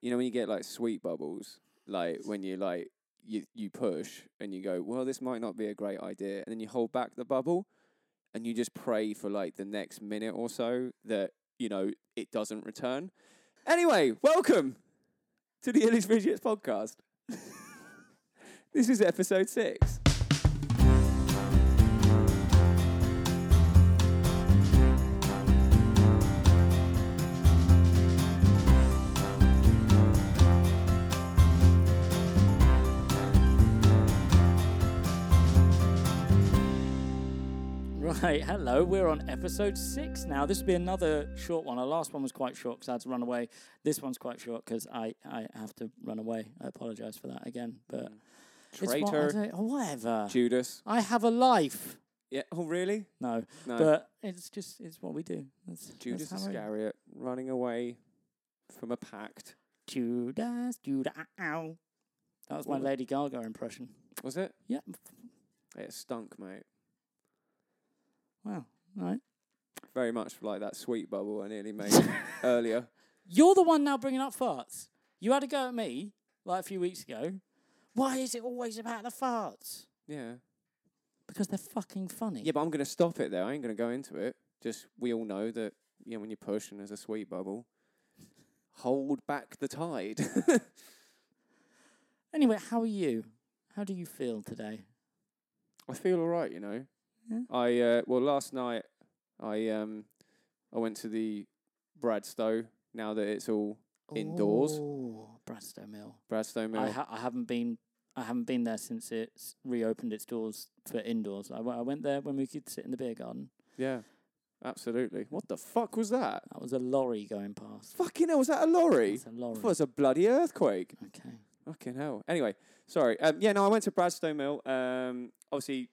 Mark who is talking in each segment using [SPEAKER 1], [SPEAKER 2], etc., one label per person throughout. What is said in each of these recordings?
[SPEAKER 1] You know when you get like sweet bubbles, like when you like you you push and you go, well, this might not be a great idea, and then you hold back the bubble, and you just pray for like the next minute or so that you know it doesn't return. Anyway, welcome to the Illy's Bridgets podcast. this is episode six.
[SPEAKER 2] Right, hello. We're on episode six now. This will be another short one. Our last one was quite short because I had to run away. This one's quite short because I, I have to run away. I apologise for that again. But it's what I
[SPEAKER 1] Mm. Traitor,
[SPEAKER 2] do- oh, whatever.
[SPEAKER 1] Judas.
[SPEAKER 2] I have a life.
[SPEAKER 1] Yeah. Oh, really?
[SPEAKER 2] No,
[SPEAKER 1] No.
[SPEAKER 2] but it's just it's what we do. That's, that's
[SPEAKER 1] Judas
[SPEAKER 2] how we-
[SPEAKER 1] Iscariot running away from a pact.
[SPEAKER 2] Judas, Judas. Ow. That was my
[SPEAKER 1] What was-
[SPEAKER 2] Lady Gaga impression.
[SPEAKER 1] Was it?
[SPEAKER 2] Yeah.
[SPEAKER 1] It stunk, mate.
[SPEAKER 2] Wow. All right.
[SPEAKER 1] Very much like that sweet bubble I nearly made earlier.
[SPEAKER 2] You're the one now bringing up farts. You had a go at me like a few weeks ago. Why is it always about the farts?
[SPEAKER 1] Yeah.
[SPEAKER 2] Because they're fucking funny.
[SPEAKER 1] Yeah, but I'm going to stop it there. I ain't going to go into it. Just we all know that you know, when you push and there's a sweet bubble, hold back the tide.
[SPEAKER 2] Anyway, how are you? How do you feel today?
[SPEAKER 1] I feel all right, you know.
[SPEAKER 2] Yeah.
[SPEAKER 1] I uh, well last night I um I went to the Bradstow. Now that it's all Indoors?
[SPEAKER 2] Oh, Bradstow Mill.
[SPEAKER 1] Bradstow Mill,
[SPEAKER 2] I, ha- I haven't been. I haven't been there since it's reopened its doors for indoors. I, w- I went there when we could sit in the beer garden.
[SPEAKER 1] yeah, absolutely. What the fuck was that?
[SPEAKER 2] That was a lorry going past.
[SPEAKER 1] Fucking hell, was that a lorry?
[SPEAKER 2] It's a lorry.
[SPEAKER 1] It was a bloody earthquake.
[SPEAKER 2] Okay.
[SPEAKER 1] Fucking hell. Anyway, sorry. Um, yeah, no, I went to Bradstow Mill. Um, obviously,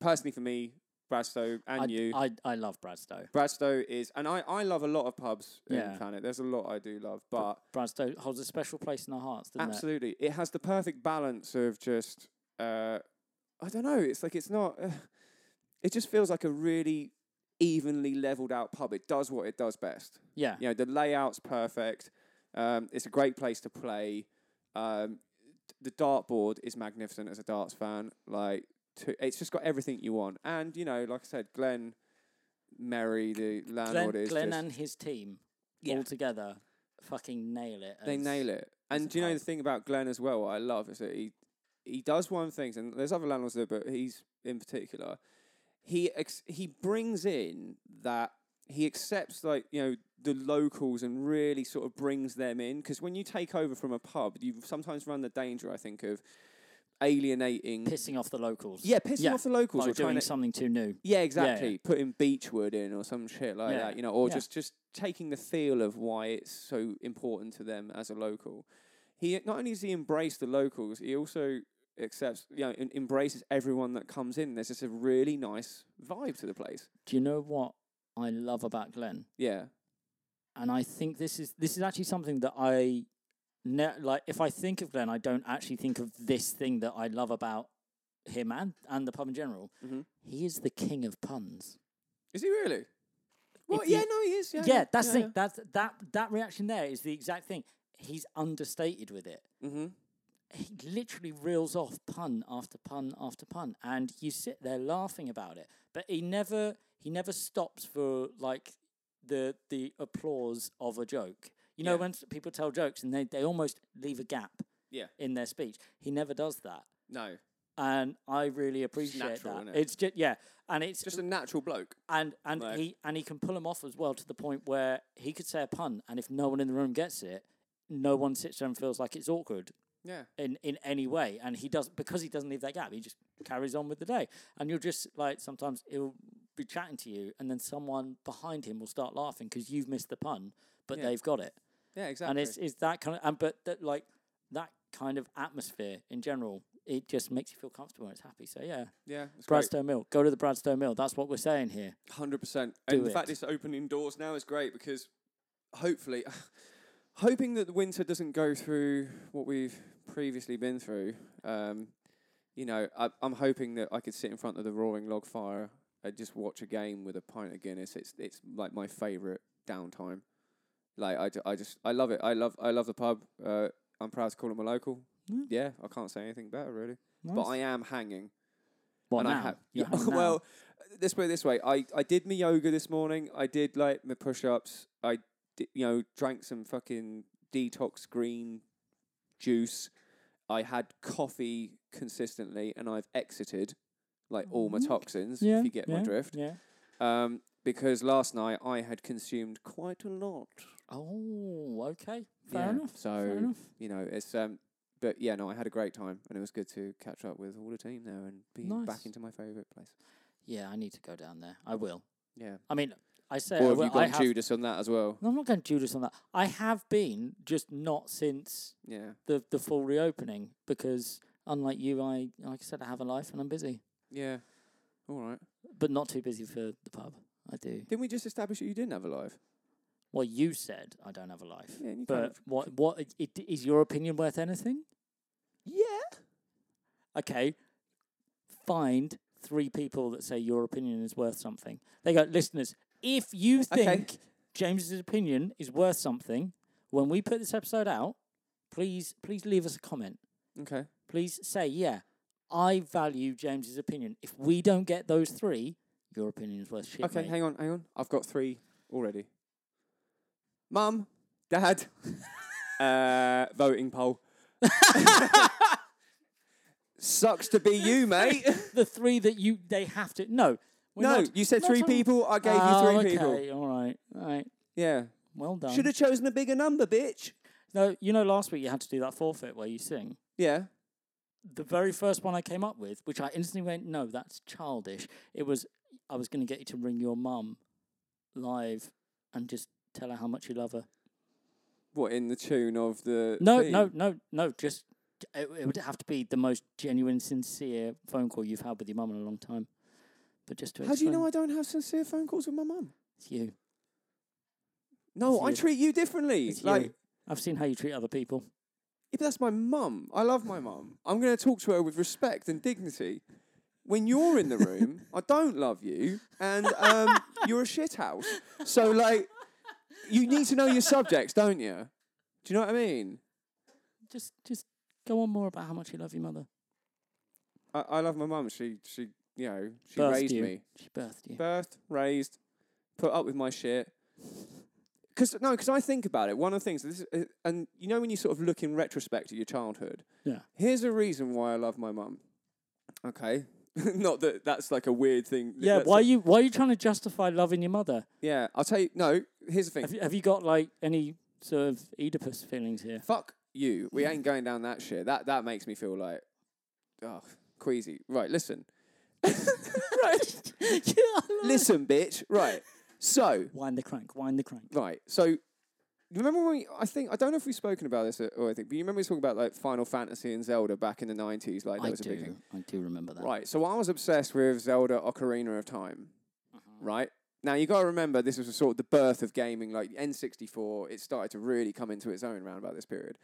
[SPEAKER 1] personally for me, Bradstow and
[SPEAKER 2] I,
[SPEAKER 1] you.
[SPEAKER 2] I I love Bradstow.
[SPEAKER 1] Bradstow is, and I, I love a lot of pubs in
[SPEAKER 2] Yeah.
[SPEAKER 1] Planet. There's a lot I do love, but
[SPEAKER 2] Bradstow holds a special place in our hearts, doesn't
[SPEAKER 1] absolutely, it? has the perfect balance of just, uh, I don't know. It's like it's not. it just feels like a really evenly leveled out pub. It does what it does best.
[SPEAKER 2] it? Yeah.
[SPEAKER 1] You know, the layout's perfect. Um, it's a great place to play. Um, the dartboard is magnificent as a darts fan. Like, to, it's just got everything you want. And you know, like I said, Glenn Merry, the
[SPEAKER 2] Glenn,
[SPEAKER 1] landlord, is
[SPEAKER 2] Glenn
[SPEAKER 1] just,
[SPEAKER 2] and his team
[SPEAKER 1] Yeah.
[SPEAKER 2] all together fucking nail it.
[SPEAKER 1] they
[SPEAKER 2] as-
[SPEAKER 1] nail it. And
[SPEAKER 2] it's
[SPEAKER 1] do you know
[SPEAKER 2] hard.
[SPEAKER 1] the thing about Glenn as well? What I love is that he he does one thing, and there's other landlords there, but he's in particular. He ex- he brings in that he accepts like you know the locals and really sort of brings them in because when you take over from a pub, you sometimes run the danger, I think, of alienating.
[SPEAKER 2] Pissing off the locals.
[SPEAKER 1] yeah, pissing
[SPEAKER 2] Yeah,
[SPEAKER 1] off the locals
[SPEAKER 2] by
[SPEAKER 1] or trying
[SPEAKER 2] doing
[SPEAKER 1] to
[SPEAKER 2] something too new.
[SPEAKER 1] yeah, exactly. Putting Beechwood in or some shit like
[SPEAKER 2] Yeah.
[SPEAKER 1] that, you know, or
[SPEAKER 2] Yeah.
[SPEAKER 1] just just taking the feel of why it's so important to them as a local. He not only does he embrace the locals, he also accepts, you know, em- embraces everyone that comes in. There's just a really nice vibe to the place.
[SPEAKER 2] Do you know what I love about Glenn?
[SPEAKER 1] Yeah,
[SPEAKER 2] And I think this is this is actually something that I ne- like. If I think of Glenn, I don't actually think of this thing that I love about him and and the pub in general. He is the king of puns.
[SPEAKER 1] is he really? Well,
[SPEAKER 2] If
[SPEAKER 1] yeah,
[SPEAKER 2] you-
[SPEAKER 1] no, he is. Yeah,
[SPEAKER 2] Yeah, that's
[SPEAKER 1] yeah,
[SPEAKER 2] the
[SPEAKER 1] yeah.
[SPEAKER 2] thing. That's that that reaction there is the exact thing. He's understated with it. Mm-hmm. He literally reels off pun after pun after pun, and you sit there laughing about it. But he never he never stops for like the the applause of a joke. You know
[SPEAKER 1] Yeah.
[SPEAKER 2] when s- people tell jokes and they, they almost leave a gap
[SPEAKER 1] Yeah,
[SPEAKER 2] in their speech. He never does that,
[SPEAKER 1] no,
[SPEAKER 2] and I really appreciate
[SPEAKER 1] natural,
[SPEAKER 2] that.
[SPEAKER 1] innit?
[SPEAKER 2] It's just yeah, and it's
[SPEAKER 1] just a natural bloke.
[SPEAKER 2] and and
[SPEAKER 1] Like-
[SPEAKER 2] he and he can pull them off as well to the point where he could say a pun, and if no one in the room gets it, no one sits there and feels like it's awkward
[SPEAKER 1] Yeah,
[SPEAKER 2] in in any way. And he doesn't because he doesn't leave that gap. He just carries on with the day, and you'll just like sometimes he'll be chatting to you, and then someone behind him will start laughing because you've missed the pun, but they've got it,
[SPEAKER 1] yeah, exactly.
[SPEAKER 2] and it's it's that kind of and but that like that kind of atmosphere in general. It just makes you feel comfortable and it's happy. So yeah,
[SPEAKER 1] yeah, it's great.
[SPEAKER 2] Bradstow Mill. Go to the Bradstow Mill. That's what we're saying here.
[SPEAKER 1] Hundred percent. And the
[SPEAKER 2] it.
[SPEAKER 1] fact it's opening doors now is great because hopefully, hoping that the winter doesn't go through what we've previously been through. Um, you know, I, I'm hoping that I could sit in front of the roaring log fire and just watch a game with a pint of Guinness. It's it's like my favourite downtime. Like I, ju- I just I love it. I love I love the pub. Uh, I'm proud to call it my local.
[SPEAKER 2] Mm.
[SPEAKER 1] Yeah, I can't say anything better really. But
[SPEAKER 2] Nice.
[SPEAKER 1] I am hanging.
[SPEAKER 2] Well,
[SPEAKER 1] and
[SPEAKER 2] now,
[SPEAKER 1] I have
[SPEAKER 2] You
[SPEAKER 1] yeah,
[SPEAKER 2] have now.
[SPEAKER 1] well, let's put it this way. I, I did my yoga this morning. I did like my push ups. I di you know drank some fucking detox green juice. I had coffee consistently, and I've exited like all my
[SPEAKER 2] Mhm.
[SPEAKER 1] toxins.
[SPEAKER 2] Yeah,
[SPEAKER 1] if you get my
[SPEAKER 2] yeah,
[SPEAKER 1] drift.
[SPEAKER 2] Yeah.
[SPEAKER 1] Um, because last night I had consumed quite a lot.
[SPEAKER 2] Oh, okay. Fair
[SPEAKER 1] Yeah,
[SPEAKER 2] enough.
[SPEAKER 1] so-
[SPEAKER 2] Fair enough.
[SPEAKER 1] You know, it's um, but yeah, no, I had a great time, and it was good to catch up with all the team there and be
[SPEAKER 2] Nice.
[SPEAKER 1] back into my favorite place.
[SPEAKER 2] Yeah, I need to go down there. I will.
[SPEAKER 1] Yeah.
[SPEAKER 2] I mean, I say I
[SPEAKER 1] or have
[SPEAKER 2] will.
[SPEAKER 1] you
[SPEAKER 2] I
[SPEAKER 1] gone
[SPEAKER 2] have,
[SPEAKER 1] Judas on that as well?
[SPEAKER 2] No, I'm not going to Judas on that. I have been, just not since
[SPEAKER 1] Yeah.
[SPEAKER 2] the the full reopening because unlike you, I like I said, I have a life and I'm busy,
[SPEAKER 1] Yeah. All right.
[SPEAKER 2] but not too busy for the pub. I do.
[SPEAKER 1] Didn't we just establish that you didn't have a life?
[SPEAKER 2] Well, you said I don't have a life,
[SPEAKER 1] Yeah. and you kind
[SPEAKER 2] but
[SPEAKER 1] of-
[SPEAKER 2] what what i- it, is your opinion worth anything?
[SPEAKER 1] yeah.
[SPEAKER 2] Okay, find three people that say your opinion is worth something. They go, listeners, if you
[SPEAKER 1] Okay.
[SPEAKER 2] think James's opinion is worth something, when we put this episode out, please please leave us a comment.
[SPEAKER 1] Okay.
[SPEAKER 2] please say, yeah, I value James's opinion. If we don't get those three, your opinion is worth shit.
[SPEAKER 1] Okay.
[SPEAKER 2] mate.
[SPEAKER 1] Hang on. Hang on. I've got three already. Mum, Dad, uh, voting poll. Sucks to be you, mate.
[SPEAKER 2] the three that you they have to no. we're
[SPEAKER 1] no,
[SPEAKER 2] not-
[SPEAKER 1] you said
[SPEAKER 2] not
[SPEAKER 1] three
[SPEAKER 2] talking-
[SPEAKER 1] people. I gave
[SPEAKER 2] Oh,
[SPEAKER 1] you three
[SPEAKER 2] okay,
[SPEAKER 1] people.
[SPEAKER 2] All right, all right.
[SPEAKER 1] Yeah.
[SPEAKER 2] Well done.
[SPEAKER 1] Should have chosen a bigger number, bitch.
[SPEAKER 2] no, you know, last week you had to do that forfeit where you sing.
[SPEAKER 1] Yeah.
[SPEAKER 2] The very first one I came up with, which I instantly went, no, that's childish. It was I was going to get you to ring your mum live and just tell her how much you love her.
[SPEAKER 1] What in the tune of the?
[SPEAKER 2] No,
[SPEAKER 1] theme?
[SPEAKER 2] no, no, no. Just it, it would have to be the most genuine, sincere phone call you've had with your mum in a long time. But just to
[SPEAKER 1] How do you
[SPEAKER 2] explain-
[SPEAKER 1] know I don't have sincere phone calls with my mum?
[SPEAKER 2] it's you?
[SPEAKER 1] No,
[SPEAKER 2] It's
[SPEAKER 1] I
[SPEAKER 2] you.
[SPEAKER 1] treat you differently.
[SPEAKER 2] It's
[SPEAKER 1] like,
[SPEAKER 2] you. I've seen how you treat other people.
[SPEAKER 1] Yeah, but that's my mum. I love my mum. I'm going to talk to her with respect and dignity. When you're in the room, I don't love you, and um, you're a shithouse. So, like, you need to know your subjects, don't you? Do you know what I mean?
[SPEAKER 2] Just, just go on more about how much you love your mother.
[SPEAKER 1] I, I love my mum. She, she, you know, she
[SPEAKER 2] Birthed
[SPEAKER 1] raised
[SPEAKER 2] you.
[SPEAKER 1] me.
[SPEAKER 2] She birthed you.
[SPEAKER 1] Birthed, raised, put up with my shit. Because no, because I think about it. One of the things, this is, and you know, when you sort of look in retrospect at your childhood,
[SPEAKER 2] Yeah.
[SPEAKER 1] Here's a reason why I love my mum. Okay, not that that's like a weird thing.
[SPEAKER 2] Yeah.
[SPEAKER 1] that's
[SPEAKER 2] Why
[SPEAKER 1] a-
[SPEAKER 2] you? Why are you trying to justify loving your mother?
[SPEAKER 1] yeah, I'll tell you. No, here's the thing.
[SPEAKER 2] Have you, have you got like any sort of Oedipus feelings here?
[SPEAKER 1] Fuck you. We ain't going down that shit. That that makes me feel like, oh, queasy. Right, listen,
[SPEAKER 2] right.
[SPEAKER 1] listen, bitch. Right. So
[SPEAKER 2] Wind the crank. Wind the crank.
[SPEAKER 1] right. So you remember when we, I think I don't know if we've spoken about this uh, or anything, but you remember we talking about like Final Fantasy and Zelda back in the nineties. Like that
[SPEAKER 2] I
[SPEAKER 1] was a big thing.
[SPEAKER 2] do. I do remember that.
[SPEAKER 1] Right. So I was obsessed with Zelda Ocarina of Time.
[SPEAKER 2] Uh-huh.
[SPEAKER 1] Right. Now you got to remember this was sort of the birth of gaming. Like N64, it started to really come into its own around about this period.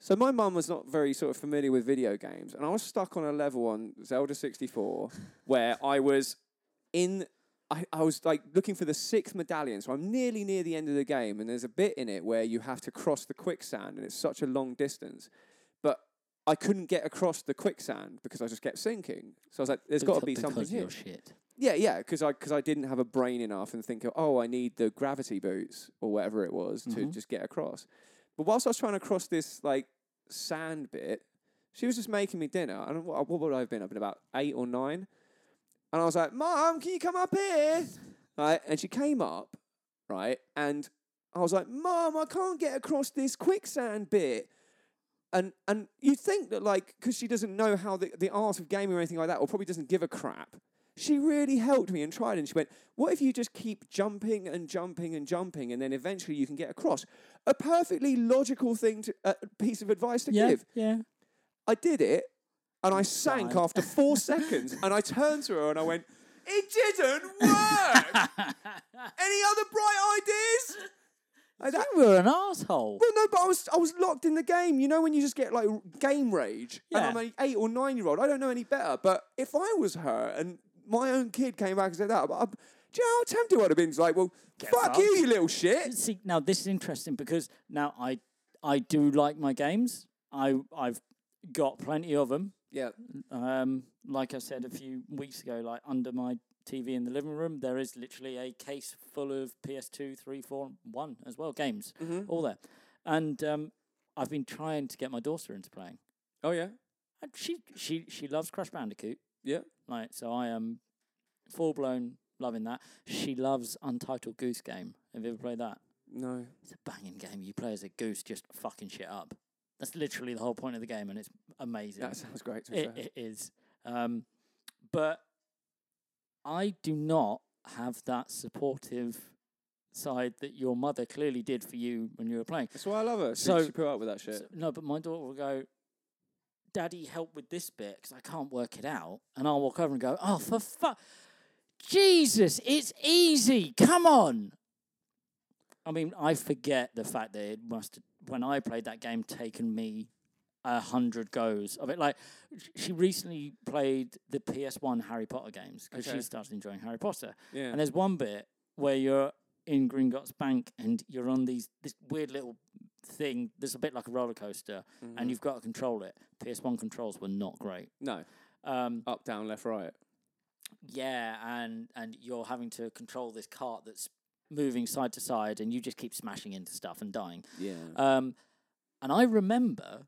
[SPEAKER 1] So my mum was not very sort of familiar with video games, and I was stuck on a level on Zelda 64 where I was in. I, I was like looking for the sixth medallion, so I'm nearly near the end of the game, and there's a bit in it where you have to cross the quicksand, and it's such a long distance. But I couldn't get across the quicksand because I just kept sinking. So I was like, "There's got to
[SPEAKER 2] Beca-
[SPEAKER 1] be something
[SPEAKER 2] because
[SPEAKER 1] here."
[SPEAKER 2] you're shit.
[SPEAKER 1] Yeah, yeah, because I because I didn't have a brain enough and think, oh, I need the gravity boots or whatever it was to just get across. But whilst I was trying to cross this like sand bit, she was just making me dinner, and what, what would I have been? I've been about eight or nine, and I was like, "Mom, can you come up here?" right, and she came up, right, and I was like, "Mom, I can't get across this quicksand bit." And and you think that like because she doesn't know how the, the art of gaming or anything like that, or probably doesn't give a crap. She really helped me and tried, and she went, "What if you just keep jumping and jumping and jumping, and then eventually you can get across?" A perfectly logical thing to a piece of advice to
[SPEAKER 2] Yeah.
[SPEAKER 1] give.
[SPEAKER 2] Yeah.
[SPEAKER 1] I did it, and I sank
[SPEAKER 2] Died.
[SPEAKER 1] after four seconds. And I turned to her and I went, "It didn't work. Any other bright ideas?" Like that-
[SPEAKER 2] you were an asshole.
[SPEAKER 1] well, no, but I was I was locked in the game. You know when you just get like game rage,
[SPEAKER 2] Yeah.
[SPEAKER 1] and I'm an eight or nine year old. I don't know any better. But if I was her and my own kid came back and said that, I, Do you know how tempted I would have been? It's like, well,
[SPEAKER 2] Get
[SPEAKER 1] fuck
[SPEAKER 2] fucked.
[SPEAKER 1] you, you little shit.
[SPEAKER 2] See, now this is interesting because now I I do like my games. I I've got plenty of them.
[SPEAKER 1] Yeah.
[SPEAKER 2] Um, like I said a few weeks ago, like under my TV in the living room, there is literally a case full of PS2, 3, 4, 1 as well games, all there. And um, I've been trying to get my daughter into playing.
[SPEAKER 1] Oh yeah.
[SPEAKER 2] And she she she loves Crash Bandicoot.
[SPEAKER 1] Yeah.
[SPEAKER 2] Like so, I am full blown loving that. She loves Untitled Goose Game. Have you ever played that?
[SPEAKER 1] No.
[SPEAKER 2] It's a banging game. You play as a goose, just fucking shit up. That's literally the whole point of the game, and it's amazing.
[SPEAKER 1] That sounds great. To be
[SPEAKER 2] It,
[SPEAKER 1] fair.
[SPEAKER 2] it is. Um, but I do not have that supportive side that your mother clearly did for you when you were playing.
[SPEAKER 1] That's why I love her. She,
[SPEAKER 2] So-
[SPEAKER 1] she put up with that shit.
[SPEAKER 2] So- no, but my daughter will go, Daddy, help with this bit because I can't work it out. And I'll walk over and go, Oh, for fuck. Jesus, it's easy. Come on. I mean, I forget the fact that it must, when I played that game, taken me a hundred goes of it. Like, sh- she recently played the PS1 Harry Potter games because
[SPEAKER 1] Okay.
[SPEAKER 2] she started enjoying Harry Potter.
[SPEAKER 1] yeah.
[SPEAKER 2] And there's one bit where you're in Gringotts Bank and you're on these this weird little thing that's a bit like a roller coaster,
[SPEAKER 1] Mm.
[SPEAKER 2] and you've got to control it. PS1 controls were not great.
[SPEAKER 1] Mm-hmm. no.
[SPEAKER 2] Um,
[SPEAKER 1] Up, down, left, right.
[SPEAKER 2] yeah, and and you're having to control this cart that's moving side to side, and you just keep smashing into stuff and dying.
[SPEAKER 1] Yeah.
[SPEAKER 2] Um, and I remember,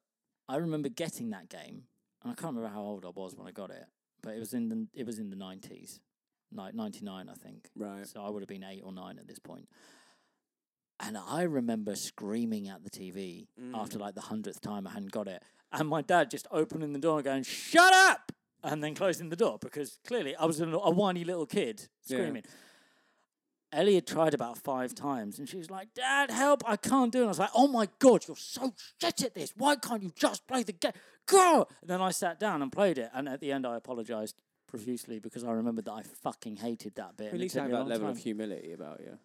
[SPEAKER 2] I remember getting that game, and I can't remember how old I was when I got it, but it was in the it was in the nineties, like ninety nine, I think.
[SPEAKER 1] Right.
[SPEAKER 2] So I would have been eight or nine at this point. And I remember screaming at the TV
[SPEAKER 1] Mm.
[SPEAKER 2] after like the hundredth time I hadn't got it. And my dad just opening the door and going, shut up! And then closing the door because clearly I was a, a whiny little kid
[SPEAKER 1] Yeah.
[SPEAKER 2] screaming. Ellie had tried about five times and she was like, Dad, help, I can't do it. And I was like, Oh my God, you're so shit at this. Why can't you just play the game? Go! And then I sat down and played it. And at the end, I apologized profusely because I remembered that I fucking hated that bit. and
[SPEAKER 1] At
[SPEAKER 2] it
[SPEAKER 1] least
[SPEAKER 2] took
[SPEAKER 1] have
[SPEAKER 2] me a
[SPEAKER 1] that
[SPEAKER 2] long
[SPEAKER 1] level
[SPEAKER 2] time.
[SPEAKER 1] of humility about you.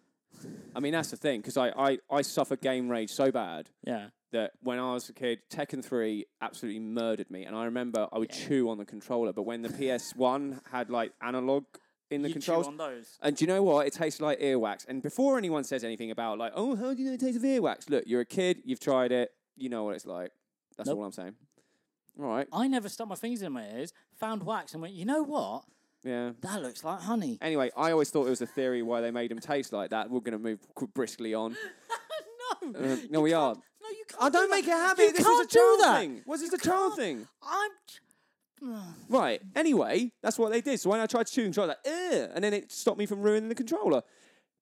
[SPEAKER 1] I mean, that's the thing, because I, I, I suffer game rage so bad
[SPEAKER 2] Yeah.
[SPEAKER 1] that when I was a kid, Tekken 3 absolutely murdered me. And I remember I would chew on the controller, but when the PS1 had like analog in the
[SPEAKER 2] You chew
[SPEAKER 1] controls.
[SPEAKER 2] on those.
[SPEAKER 1] And do you know what? It tastes like earwax. And before anyone says anything about like, oh, how do you know it tastes of earwax? Look, you're a kid, you've tried it, you know what it's like. That's
[SPEAKER 2] Nope.
[SPEAKER 1] all I'm saying. All right.
[SPEAKER 2] I never stuck my fingers in my ears, found wax, and went, you know what?
[SPEAKER 1] Yeah.
[SPEAKER 2] That looks like honey.
[SPEAKER 1] Anyway, I always thought it was a theory why they made them taste like that. We're going to move qu- briskly on.
[SPEAKER 2] no.
[SPEAKER 1] Uh,
[SPEAKER 2] you
[SPEAKER 1] no, we
[SPEAKER 2] can't-
[SPEAKER 1] are.
[SPEAKER 2] No, you can't.
[SPEAKER 1] I
[SPEAKER 2] do
[SPEAKER 1] don't
[SPEAKER 2] that.
[SPEAKER 1] make it a habit.
[SPEAKER 2] You
[SPEAKER 1] this
[SPEAKER 2] can't
[SPEAKER 1] was a
[SPEAKER 2] do
[SPEAKER 1] child
[SPEAKER 2] that.
[SPEAKER 1] thing. Was this a child thing?
[SPEAKER 2] I'm.
[SPEAKER 1] Right. Anyway, that's what they did. So when I tried to chew the controller, I was like, Ugh, and then it stopped me from ruining the controller.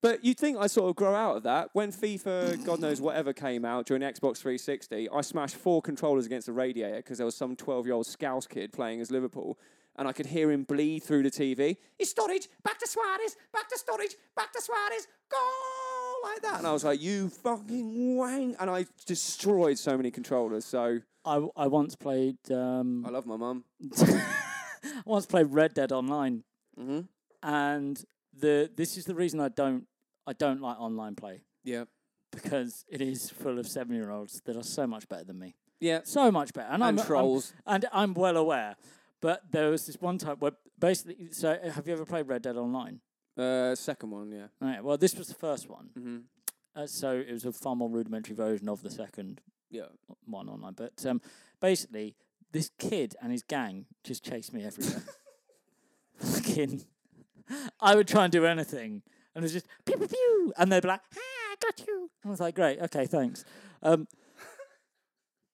[SPEAKER 1] But you'd think I sort of grow out of that. When FIFA, God knows whatever, came out during Xbox 360, I smashed four controllers against the radiator because there was some 12 year old Scouse kid playing as Liverpool. And I could hear him bleed through the TV. It's Sturridge, back to Suarez, back to Sturridge, back to Suarez, goal! Like that. And I was like, you fucking wang. And I destroyed so many controllers. So
[SPEAKER 2] I, I once played um,
[SPEAKER 1] I love my mum.
[SPEAKER 2] I once played Red Dead Online, Mm-hmm. and the this is the reason I don't I don't like online play
[SPEAKER 1] Yeah.
[SPEAKER 2] because it is full of seven year olds that are so much better than me,
[SPEAKER 1] Yeah.
[SPEAKER 2] so much better, and,
[SPEAKER 1] And
[SPEAKER 2] I'm,
[SPEAKER 1] trolls.
[SPEAKER 2] I'm, and I'm well aware. But there was this one time where basically, so have you ever played Red Dead Online?
[SPEAKER 1] Uh, second one, yeah.
[SPEAKER 2] Right. Well, this was the first one,
[SPEAKER 1] Mm-hmm.
[SPEAKER 2] uh, so it was a far more rudimentary version of the second
[SPEAKER 1] Yeah.
[SPEAKER 2] one online. But um, basically, this kid and his gang just chased me everywhere. Fucking, I would try and do anything, and it was just pew pew pew, and they'd be like, "Ah, I got you." And I was like, "Great, okay, thanks." Um,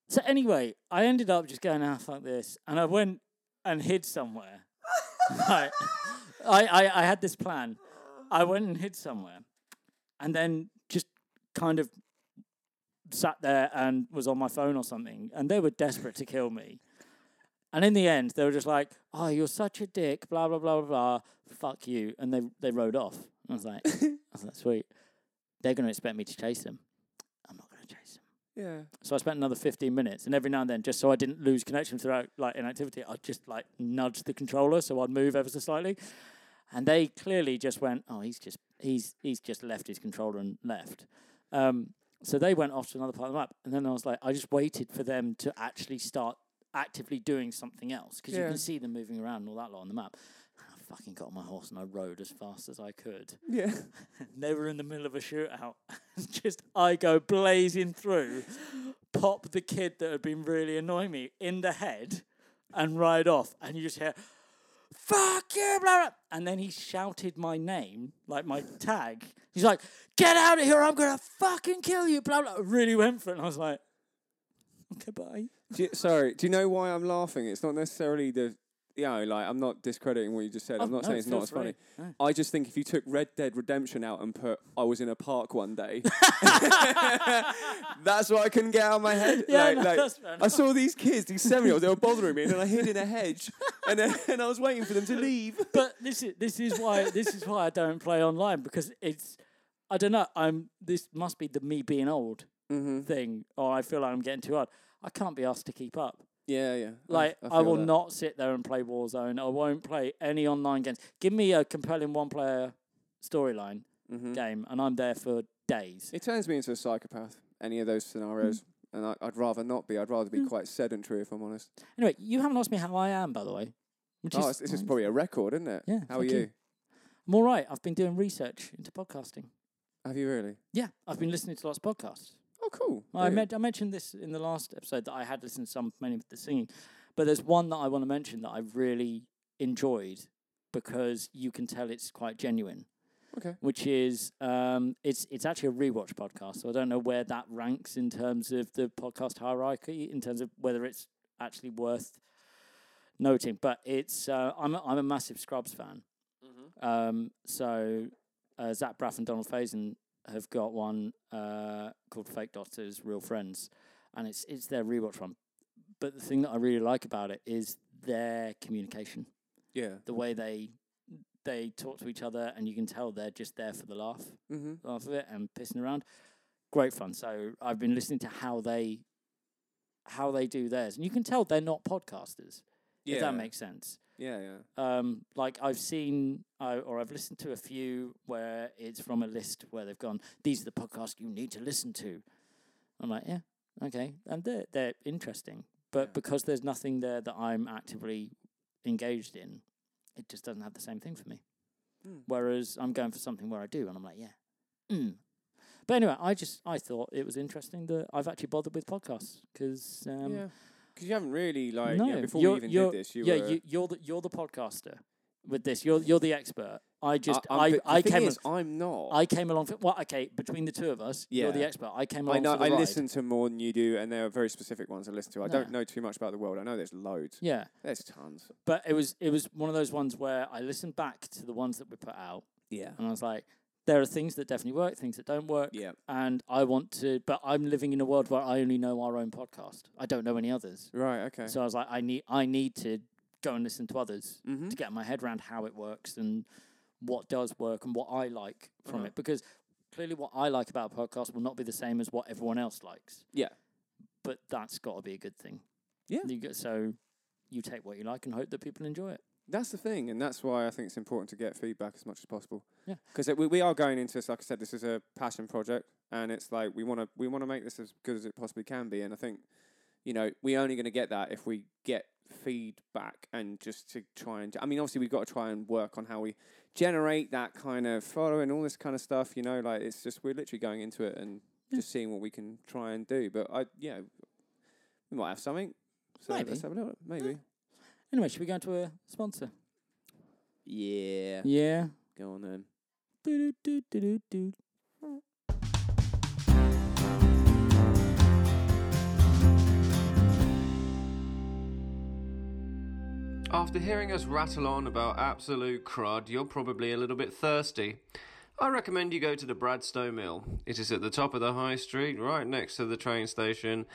[SPEAKER 2] so anyway, I ended up just going, "Ah, fuck this," and I went and hid somewhere. right. I, I I had this plan. I went and hid somewhere, and then just kind of sat there and was on my phone or something, and they were desperate to kill me. And in the end, they were just like, "Oh, you're such a dick," blah blah blah blah blah. Fuck you, and they they rode off. And I was like, I was like, "Sweet, they're going to expect me to chase them. I'm not going to chase them."
[SPEAKER 1] Yeah.
[SPEAKER 2] So I spent another 15 minutes, and every now and then, just so I didn't lose connection throughout like inactivity, I'd just like nudge the controller so I'd move ever so slightly. And they clearly just went, "Oh, he's just he's he's just left his controller and left." Um, so they went off to another part of the map, and then I was like, I just waited for them to actually start actively doing something else because
[SPEAKER 1] Yeah.
[SPEAKER 2] you can see them moving around and all that lot on the map. And I fucking got on my horse and I rode as fast as I could.
[SPEAKER 1] Yeah.
[SPEAKER 2] they were in the middle of a shootout. just I go blazing through, pop the kid that had been really annoying me in the head, and ride off. And you just hear, "Fuck you!" Blah, blah. And then he shouted my name, like my tag. He's like, "Get out of here! I'm gonna fucking kill you!" Blah blah. Really went for it, and I was like, "Okay, bye."
[SPEAKER 1] Do you- sorry, do you know why I'm laughing? It's not necessarily the. You know, like, I'm not discrediting what you just said.
[SPEAKER 2] Oh,
[SPEAKER 1] I'm not
[SPEAKER 2] no,
[SPEAKER 1] saying it's
[SPEAKER 2] feel
[SPEAKER 1] not as
[SPEAKER 2] free.
[SPEAKER 1] funny. I just think if you took Red Dead Redemption out and put I was in a park one day, that's what I couldn't get out of my head.
[SPEAKER 2] Yeah,
[SPEAKER 1] like,
[SPEAKER 2] no,
[SPEAKER 1] like,
[SPEAKER 2] that's fair
[SPEAKER 1] I saw these kids, these seven year olds, they were bothering me, and then I hid in a hedge, and then and I was waiting for them to leave.
[SPEAKER 2] but this is this is why this is why I don't play online because it's I don't know I'm this must be the me being old
[SPEAKER 1] Mm-hmm.
[SPEAKER 2] thing or I feel like I'm getting too old. I can't be asked to keep up.
[SPEAKER 1] Yeah, yeah.
[SPEAKER 2] Like I, will
[SPEAKER 1] not.
[SPEAKER 2] not sit there and play Warzone. I won't play any online games. Give me a compelling one-player storyline
[SPEAKER 1] Mm-hmm.
[SPEAKER 2] game, and I'm there for days.
[SPEAKER 1] It turns me into a psychopath. Any of those
[SPEAKER 2] Mm.
[SPEAKER 1] scenarios, and I, I'd rather not be. I'd rather be quite sedentary, if I'm honest.
[SPEAKER 2] Anyway, you haven't asked me how I am, by the way. Which
[SPEAKER 1] oh, it's- this is probably a record, isn't it?
[SPEAKER 2] Yeah,
[SPEAKER 1] How are
[SPEAKER 2] fuck
[SPEAKER 1] you?
[SPEAKER 2] you. I'm all right. I've been doing research into podcasting.
[SPEAKER 1] Have you really?
[SPEAKER 2] Yeah, I've been listening to lots of podcasts.
[SPEAKER 1] Oh, cool.
[SPEAKER 2] Well, I,
[SPEAKER 1] Brilliant.
[SPEAKER 2] men- I mentioned this in the last episode that I had listened to some many of the singing, but there's one that I want to mention that I really enjoyed because you can tell it's quite genuine.
[SPEAKER 1] Okay.
[SPEAKER 2] Which is um, it's it's actually a rewatch podcast, so I don't know where that ranks in terms of the podcast hierarchy, in terms of whether it's actually worth noting. But it's uh, I'm a, I'm a massive Scrubs fan, um, so uh, Zach Braff and Donald Faison have got one uh, called Fake Doctors, Real Friends, and it's it's their rewatch one. But the thing that I really like about it is their communication,
[SPEAKER 1] Yeah.
[SPEAKER 2] the way they they talk to each other, and you can tell they're just there for the laugh,
[SPEAKER 1] Mm-hmm.
[SPEAKER 2] laugh of it, and pissing around. Great fun. So I've been listening to how they how they do theirs, and you can tell they're not podcasters. If that makes sense
[SPEAKER 1] Yeah, yeah.
[SPEAKER 2] um, like I've seen I, or I've listened to a few where it's from a list where they've gone, these are the podcasts you need to listen to. I'm like, yeah, okay. And they're, they're interesting. But
[SPEAKER 1] Yeah.
[SPEAKER 2] because there's nothing there that I'm actively engaged in, it just doesn't have the same thing for me.
[SPEAKER 1] Mm.
[SPEAKER 2] Whereas I'm going for something where I do, and I'm like, yeah. Mm. But anyway, I just I thought it was interesting that I've actually bothered with podcasts because um,
[SPEAKER 1] yeah. Because you haven't really like yeah,
[SPEAKER 2] no,
[SPEAKER 1] before
[SPEAKER 2] you're-
[SPEAKER 1] we even
[SPEAKER 2] you're-
[SPEAKER 1] did this. You
[SPEAKER 2] yeah,
[SPEAKER 1] were,
[SPEAKER 2] you, you're the you're the podcaster with this. You're you're the expert. I just
[SPEAKER 1] I'm
[SPEAKER 2] I
[SPEAKER 1] the- the
[SPEAKER 2] I,
[SPEAKER 1] thing
[SPEAKER 2] came
[SPEAKER 1] is,
[SPEAKER 2] al-
[SPEAKER 1] I'm not.
[SPEAKER 2] I came along. For, well, okay, between the two of us, you're the
[SPEAKER 1] Yeah.
[SPEAKER 2] expert. I came
[SPEAKER 1] I
[SPEAKER 2] along.
[SPEAKER 1] know.
[SPEAKER 2] for the
[SPEAKER 1] I
[SPEAKER 2] ride.
[SPEAKER 1] listen to more than you do, and there are very specific ones I listen to. I don't
[SPEAKER 2] No.
[SPEAKER 1] know too much about the world. I know there's loads.
[SPEAKER 2] Yeah,
[SPEAKER 1] There's tons.
[SPEAKER 2] but it was it was one of those ones where I listened back to the ones that we put out,
[SPEAKER 1] Yeah.
[SPEAKER 2] and I was like, there are things that definitely work, things that don't work.
[SPEAKER 1] Yeah.
[SPEAKER 2] And I want to, but I'm living in a world where I only know our own podcast. I don't know any others.
[SPEAKER 1] Right. Okay.
[SPEAKER 2] So I was like, I need I need to go and listen to others
[SPEAKER 1] Mhm.
[SPEAKER 2] to get my head around how it works and what does work and what I like from
[SPEAKER 1] Uh-huh.
[SPEAKER 2] it because clearly what I like about podcasts will not be the same as what everyone else likes.
[SPEAKER 1] Yeah.
[SPEAKER 2] But that's got to be a good thing.
[SPEAKER 1] Yeah.
[SPEAKER 2] You get, so you take what you like and hope that people enjoy it.
[SPEAKER 1] That's the thing, and that's why I think it's important to get feedback as much as possible.
[SPEAKER 2] Yeah.
[SPEAKER 1] because we, we are going into this. Like I said, this is a passion project, and it's like we want to we want to make this as good as it possibly can be. And I think you know we're only going to get that if we get feedback and just to try and. I mean, obviously we've got to try and work on how we generate that kind of following, all this kind of stuff. You know, like it's just we're literally going into it and just seeing what we can try and do. But I yeah, we might have something. So
[SPEAKER 2] Maybe.
[SPEAKER 1] let's have a look. Maybe.
[SPEAKER 2] Anyway, should we go into a sponsor?
[SPEAKER 1] Yeah.
[SPEAKER 2] Yeah.
[SPEAKER 1] Go on then.
[SPEAKER 2] Do-do-do-do-do-do.
[SPEAKER 3] After hearing us rattle on about absolute crud, you're probably a little bit thirsty. I recommend you go to the Bradstow Mill. It is at the top of the high street, right next to the train station.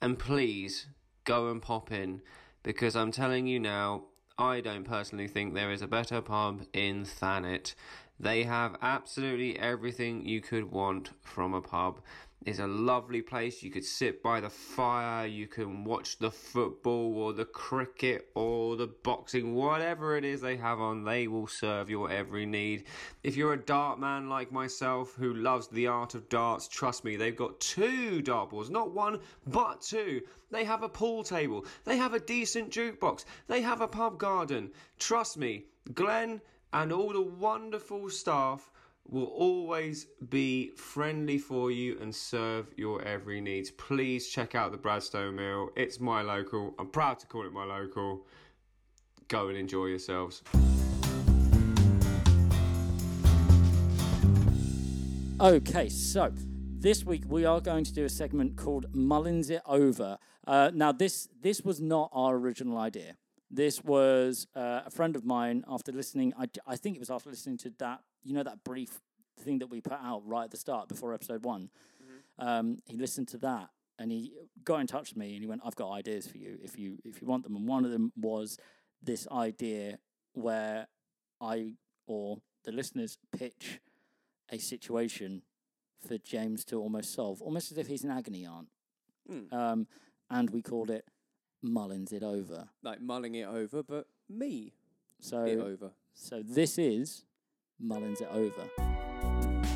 [SPEAKER 3] And please go and pop in because I'm telling you now, I don't personally think there is a better pub in Thanet. They have absolutely everything you could want from a pub.
[SPEAKER 1] is a lovely place. You could sit by the fire, you can watch the football or the cricket or the boxing, whatever it is they have on, they will serve your every need. If you're a dart man like myself who loves the art of darts, trust me, they've got two dartboards, not one, but two. They have a pool table, they have a decent jukebox, they have a pub garden. Trust me, Glenn and all the wonderful staff will always be friendly for you and serve your every needs. Please check out the Bradstone Mill. It's my local. I'm proud to call it my local. Go and enjoy yourselves.
[SPEAKER 2] Okay, so this week we are going to do a segment called Mullins It Over. Uh, now, this this was not our original idea. This was uh, a friend of mine after listening. I, I think it was after listening to that you know that brief thing that we put out right at the start before episode one. Um, he listened to that and he got in touch with me and he went, "I've got ideas for you if you if you want them." And one of them was this idea where I or the listeners pitch a situation for James to almost solve, almost as if he's an agony aunt. Um, and we called it Mullins it over.
[SPEAKER 4] Like mulling it over, but me
[SPEAKER 2] So
[SPEAKER 4] it over.
[SPEAKER 2] so this is Mullins It Over.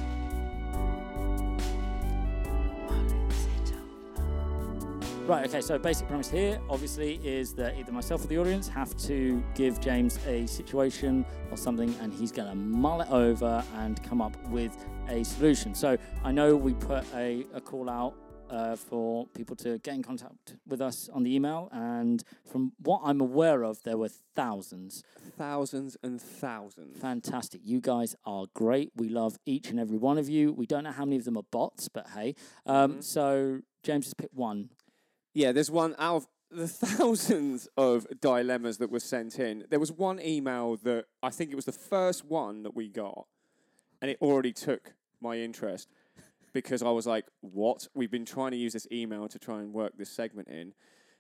[SPEAKER 2] Right, okay, so basic premise here obviously is that either myself or the audience have to give James a situation or something and he's gonna mull it over and come up with a solution. So I know we put a, a call out uh, for people to get in contact with us on the email, and from what I'm aware of, there were thousands.
[SPEAKER 4] Thousands and thousands.
[SPEAKER 2] Fantastic. You guys are great. We love each and every one of you. We don't know how many of them are bots, but hey. Um, So James has picked one.
[SPEAKER 4] Yeah, there's one out of the thousands of dilemmas that were sent in. There was one email that I think it was the first one that we got, and it already took my interest because I was like, what? We've been trying to use this email to try and work this segment in.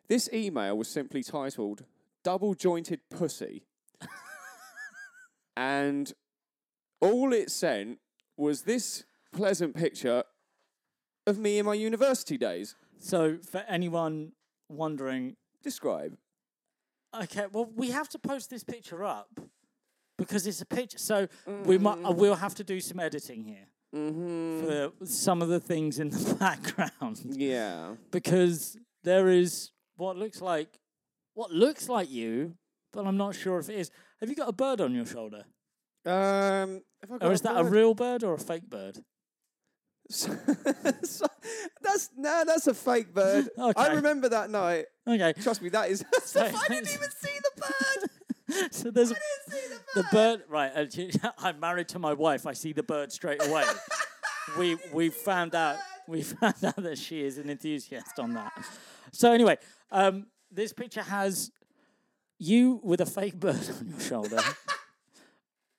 [SPEAKER 4] This email was simply titled Double Jointed Pussy. and all it sent was this pleasant picture of me in my university days.
[SPEAKER 2] So for anyone wondering,
[SPEAKER 4] Describe.
[SPEAKER 2] okay, well, we have to post this picture up because it's a picture. So we might, uh, we'll have to do some editing here for some of the things in the background.
[SPEAKER 4] Yeah.
[SPEAKER 2] because there is what looks like what looks like you, but I'm not sure if it is. Have you got a bird on your shoulder,
[SPEAKER 4] Um, have I got
[SPEAKER 2] or is that a
[SPEAKER 4] bird?
[SPEAKER 2] real bird or a fake bird?
[SPEAKER 4] So- so- that's no, that's a fake bird. I
[SPEAKER 2] Okay.
[SPEAKER 4] remember that night.
[SPEAKER 2] Okay,
[SPEAKER 4] Trust me, that is. I didn't
[SPEAKER 2] so-
[SPEAKER 4] even see the bird.
[SPEAKER 2] so there's a,
[SPEAKER 4] I didn't see the bird.
[SPEAKER 2] the bird. Right, uh, she- I'm married to my wife. I see the bird straight away. we we found out we found out that she is an enthusiast on that. So anyway, um, this picture has you with a fake bird on your shoulder.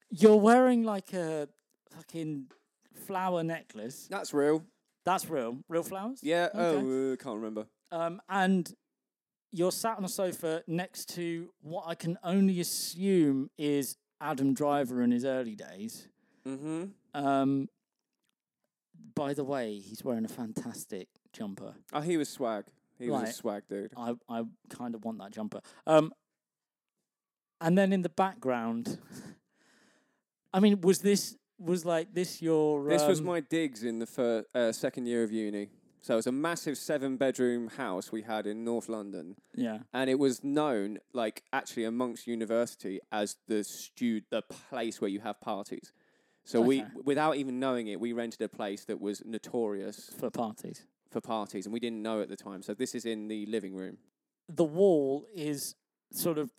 [SPEAKER 2] You're wearing like a fucking flower necklace.
[SPEAKER 4] That's real.
[SPEAKER 2] That's real, real flowers.
[SPEAKER 4] Yeah.
[SPEAKER 2] Okay.
[SPEAKER 4] Oh, uh, can't remember.
[SPEAKER 2] Um, and you're sat on a sofa next to what I can only assume is Adam Driver in his early days.
[SPEAKER 4] Mm-hmm.
[SPEAKER 2] Um, by the way, he's wearing a fantastic jumper.
[SPEAKER 4] Oh, he was swag. He was a
[SPEAKER 2] Right. Oh,
[SPEAKER 4] swag dude.
[SPEAKER 2] I, I kind of want that jumper. Um, and then in the background, I mean, was this was like this your?
[SPEAKER 4] This was
[SPEAKER 2] um,
[SPEAKER 4] my digs in the fir- uh, second year of uni. So it was a massive seven-bedroom house we had in North London.
[SPEAKER 2] yeah.
[SPEAKER 4] and it was known like actually amongst university as the stu- the place where you have parties. So we,
[SPEAKER 2] Okay.
[SPEAKER 4] without even knowing it, we rented a place that was notorious
[SPEAKER 2] for parties.
[SPEAKER 4] for parties, and we didn't know at the time. So this is in the living room.
[SPEAKER 2] The wall is sort of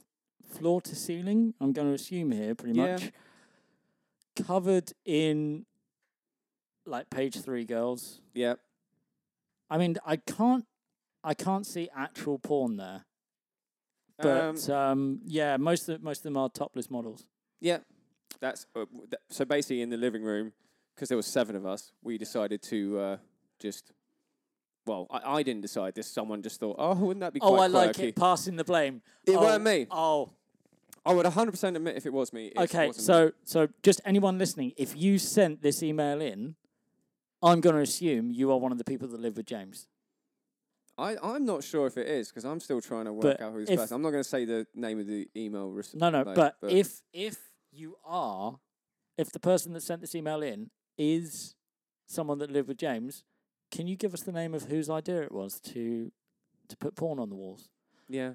[SPEAKER 2] floor to ceiling. I'm going to assume here, pretty
[SPEAKER 4] Yeah.
[SPEAKER 2] much covered in like page three girls.
[SPEAKER 4] Yeah,
[SPEAKER 2] I mean, I can't, I can't see actual porn there. But um, yeah, most of most of them are topless models.
[SPEAKER 4] yeah. That's uh, w- th- so basically in the living room because there was seven of us. We decided to uh, just. Well, I, I didn't decide this. Someone just thought, "Oh, wouldn't that be quite
[SPEAKER 2] Oh, I like
[SPEAKER 4] quirky?"
[SPEAKER 2] it. Passing the blame.
[SPEAKER 4] It
[SPEAKER 2] oh,
[SPEAKER 4] weren't me.
[SPEAKER 2] Oh,
[SPEAKER 4] I would 100% admit if it was me. It
[SPEAKER 2] okay.
[SPEAKER 4] wasn't me.
[SPEAKER 2] So so just anyone listening, if you sent this email in, I'm going to assume you are one of the people that live with James.
[SPEAKER 4] I, I'm not sure if it is because I'm still trying to work
[SPEAKER 2] But
[SPEAKER 4] out who's
[SPEAKER 2] if-
[SPEAKER 4] first. I'm not going to say the name of the email. Res-
[SPEAKER 2] No, no,
[SPEAKER 4] like,
[SPEAKER 2] but, if if you are, if the person that sent this email in is someone that lived with James, can you give us the name of whose idea it was to to put porn on the walls?
[SPEAKER 4] yeah,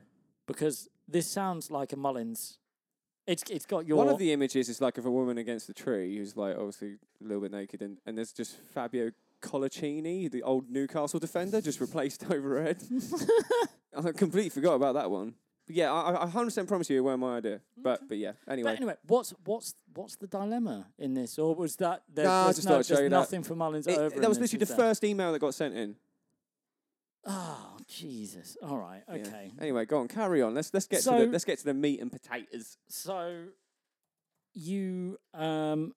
[SPEAKER 2] Because this sounds like a Mullins. It's it's got your
[SPEAKER 4] one of the images is like of a woman against a tree who's like obviously a little bit naked, and, and there's just Fabio Colaccini, the old Newcastle defender, just replaced overhead. I completely forgot about that one. But yeah, I- I I hundred percent promise you it weren't my idea. But but yeah, anyway,
[SPEAKER 2] But anyway, what's what's what's the dilemma in this, or was that there,
[SPEAKER 4] Nah, I
[SPEAKER 2] there's
[SPEAKER 4] just
[SPEAKER 2] no,
[SPEAKER 4] thought I'd show
[SPEAKER 2] there's
[SPEAKER 4] you that.
[SPEAKER 2] nothing for Mullins
[SPEAKER 4] It-
[SPEAKER 2] over?
[SPEAKER 4] that
[SPEAKER 2] in
[SPEAKER 4] was
[SPEAKER 2] this,
[SPEAKER 4] literally the
[SPEAKER 2] is there?
[SPEAKER 4] first email that got sent in.
[SPEAKER 2] Oh Jesus! All right,
[SPEAKER 4] Yeah.
[SPEAKER 2] okay.
[SPEAKER 4] Anyway, go on, carry on. Let's let's get to
[SPEAKER 2] So-
[SPEAKER 4] the let's get to the meat and potatoes.
[SPEAKER 2] So you um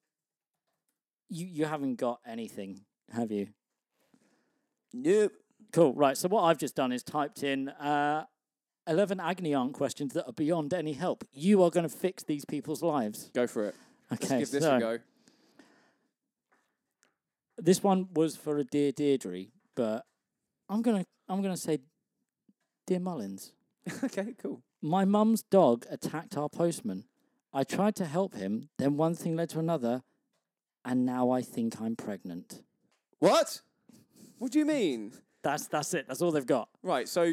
[SPEAKER 2] you you haven't got anything, have you?
[SPEAKER 4] Nope.
[SPEAKER 2] Cool. Right. So what I've just done is typed in uh, eleven agony aunt questions that are beyond any help. You are going to fix these people's lives.
[SPEAKER 4] Go for it. Let's
[SPEAKER 2] Okay.
[SPEAKER 4] give this
[SPEAKER 2] so
[SPEAKER 4] a go.
[SPEAKER 2] this one was for a dear Deirdre, but I'm gonna I'm gonna say, dear Mullins.
[SPEAKER 4] okay, cool.
[SPEAKER 2] My mum's dog attacked our postman. I tried to help him, then one thing led to another, and now I think I'm pregnant.
[SPEAKER 4] What? What do you mean?
[SPEAKER 2] That's that's it. That's all they've got.
[SPEAKER 4] Right, so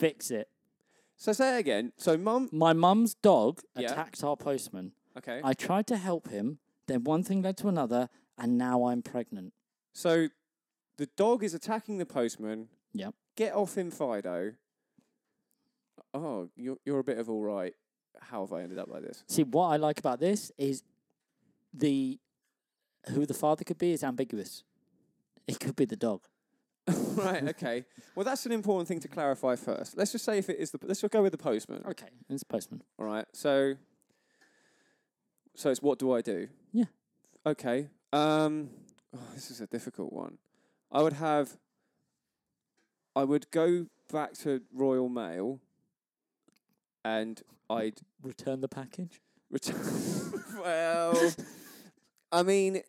[SPEAKER 2] Fix it.
[SPEAKER 4] so say that again. So mum
[SPEAKER 2] My mum's dog
[SPEAKER 4] Yeah.
[SPEAKER 2] attacked our postman.
[SPEAKER 4] Okay.
[SPEAKER 2] I tried to help him, then one thing led to another, and now I'm pregnant.
[SPEAKER 4] so the dog is attacking the postman.
[SPEAKER 2] Yep.
[SPEAKER 4] Get off him, Fido. Oh, you're you're a bit of all right. How have I ended up like this?
[SPEAKER 2] See, what I like about this is the who the father could be is ambiguous. It could be the dog.
[SPEAKER 4] right, okay. Well, that's an important thing to clarify first. Let's just say if it is the let's just go with the postman.
[SPEAKER 2] Okay, it's postman.
[SPEAKER 4] All right. So so it's what do I do?
[SPEAKER 2] Yeah.
[SPEAKER 4] Okay. Um oh, this is a difficult one. I would have I would go back to Royal Mail and I'd
[SPEAKER 2] Return the package.
[SPEAKER 4] return Well I mean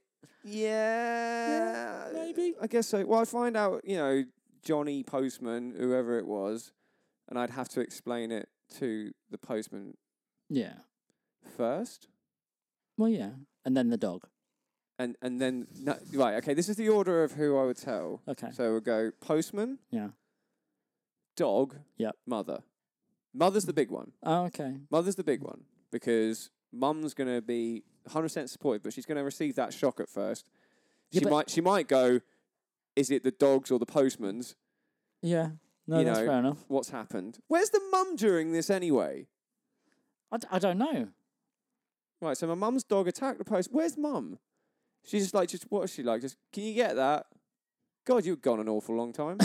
[SPEAKER 4] yeah,
[SPEAKER 2] maybe.
[SPEAKER 4] I guess so. Well I'd find out, you know, Johnny Postman, whoever it was, and I'd have to explain it to the postman
[SPEAKER 2] Yeah.
[SPEAKER 4] first.
[SPEAKER 2] Well, yeah. And then the dog.
[SPEAKER 4] and and then no, right, okay. This is the order of who I would tell.
[SPEAKER 2] Okay.
[SPEAKER 4] So we'll go postman,
[SPEAKER 2] Yeah.
[SPEAKER 4] dog,
[SPEAKER 2] Yep.
[SPEAKER 4] mother. Mother's the big one.
[SPEAKER 2] Oh, okay.
[SPEAKER 4] Mother's the big one because mum's gonna be 100 percent supportive, but she's gonna receive that shock at first.
[SPEAKER 2] Yeah,
[SPEAKER 4] she
[SPEAKER 2] but-
[SPEAKER 4] might she might go, is it the dogs or the postman's?
[SPEAKER 2] Yeah. No,
[SPEAKER 4] You
[SPEAKER 2] that's
[SPEAKER 4] know,
[SPEAKER 2] fair enough.
[SPEAKER 4] What's happened? Where's the mum during this anyway?
[SPEAKER 2] I, d- I don't know.
[SPEAKER 4] Right, so my mum's dog attacked the post. Where's mum? She's just like, just what is she like? Just can you get that? God, you've gone an awful long time.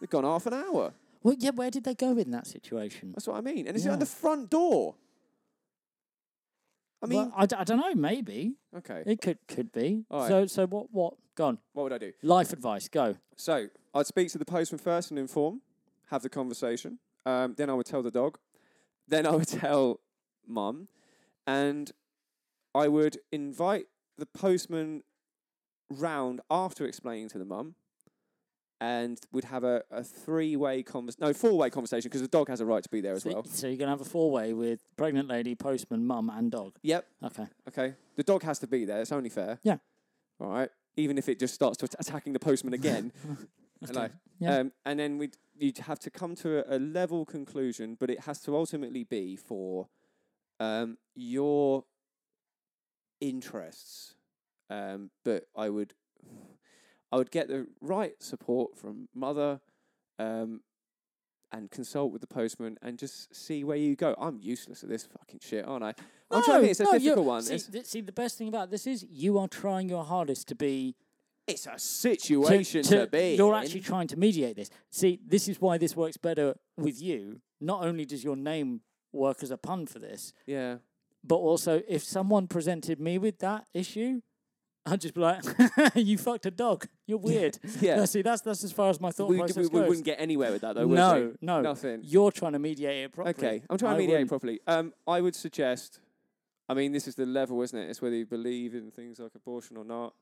[SPEAKER 4] They've gone half an hour.
[SPEAKER 2] Well, yeah, where did they go in that situation?
[SPEAKER 4] That's what I mean. And it's
[SPEAKER 2] Yeah.
[SPEAKER 4] at the front door. I mean,
[SPEAKER 2] well, I, d- I don't know. Maybe
[SPEAKER 4] okay.
[SPEAKER 2] it could could be.
[SPEAKER 4] All right.
[SPEAKER 2] So so what what gone?
[SPEAKER 4] what would I do?
[SPEAKER 2] Life advice. Go.
[SPEAKER 4] So I'd speak to the postman first and inform, have the conversation. Um, then I would tell the dog. Then I would tell mum, and I would invite the postman round after explaining to the mum, and would have a, a three way convers no four way conversation because the dog has a right to be there as
[SPEAKER 2] So, y-
[SPEAKER 4] well.
[SPEAKER 2] so you're gonna have a four way with pregnant lady, postman, mum, and dog.
[SPEAKER 4] Yep.
[SPEAKER 2] Okay.
[SPEAKER 4] Okay. The dog has to be there. It's only fair.
[SPEAKER 2] Yeah.
[SPEAKER 4] All right. Even if it just starts to att- attacking the postman again. and, I-
[SPEAKER 2] Yeah.
[SPEAKER 4] um, and then we'd, you'd have to come to a, a level conclusion, but it has to ultimately be for um, your interests. Um, but I would, I would get the right support from mother, um, and consult with the postman and just see where you go. I'm useless at this fucking shit, aren't I? I'm trying to
[SPEAKER 2] No,
[SPEAKER 4] think. It's a
[SPEAKER 2] no, you're-
[SPEAKER 4] difficult one.
[SPEAKER 2] See,
[SPEAKER 4] It's-
[SPEAKER 2] th- see, the best thing about this is you are trying your hardest to be
[SPEAKER 4] It's a
[SPEAKER 2] to-
[SPEAKER 4] situation to, be.
[SPEAKER 2] You're
[SPEAKER 4] in.
[SPEAKER 2] actually trying to mediate this. See, this is why this works better with you. Not only does your name work as a pun for this,
[SPEAKER 4] yeah.
[SPEAKER 2] but also if someone presented me with that issue, I'd just be like, "You fucked a dog. You're weird."
[SPEAKER 4] Yeah.
[SPEAKER 2] Now, see, that's that's as far as my thought
[SPEAKER 4] We,
[SPEAKER 2] process
[SPEAKER 4] we, we
[SPEAKER 2] goes.
[SPEAKER 4] wouldn't get anywhere with that though. would
[SPEAKER 2] no,
[SPEAKER 4] we?
[SPEAKER 2] no,
[SPEAKER 4] nothing.
[SPEAKER 2] You're trying to mediate it properly.
[SPEAKER 4] Okay, I'm trying
[SPEAKER 2] I
[SPEAKER 4] to mediate
[SPEAKER 2] wouldn't.
[SPEAKER 4] properly. Um, I would suggest. I mean, this is the level, isn't it? It's whether you believe in things like abortion or not.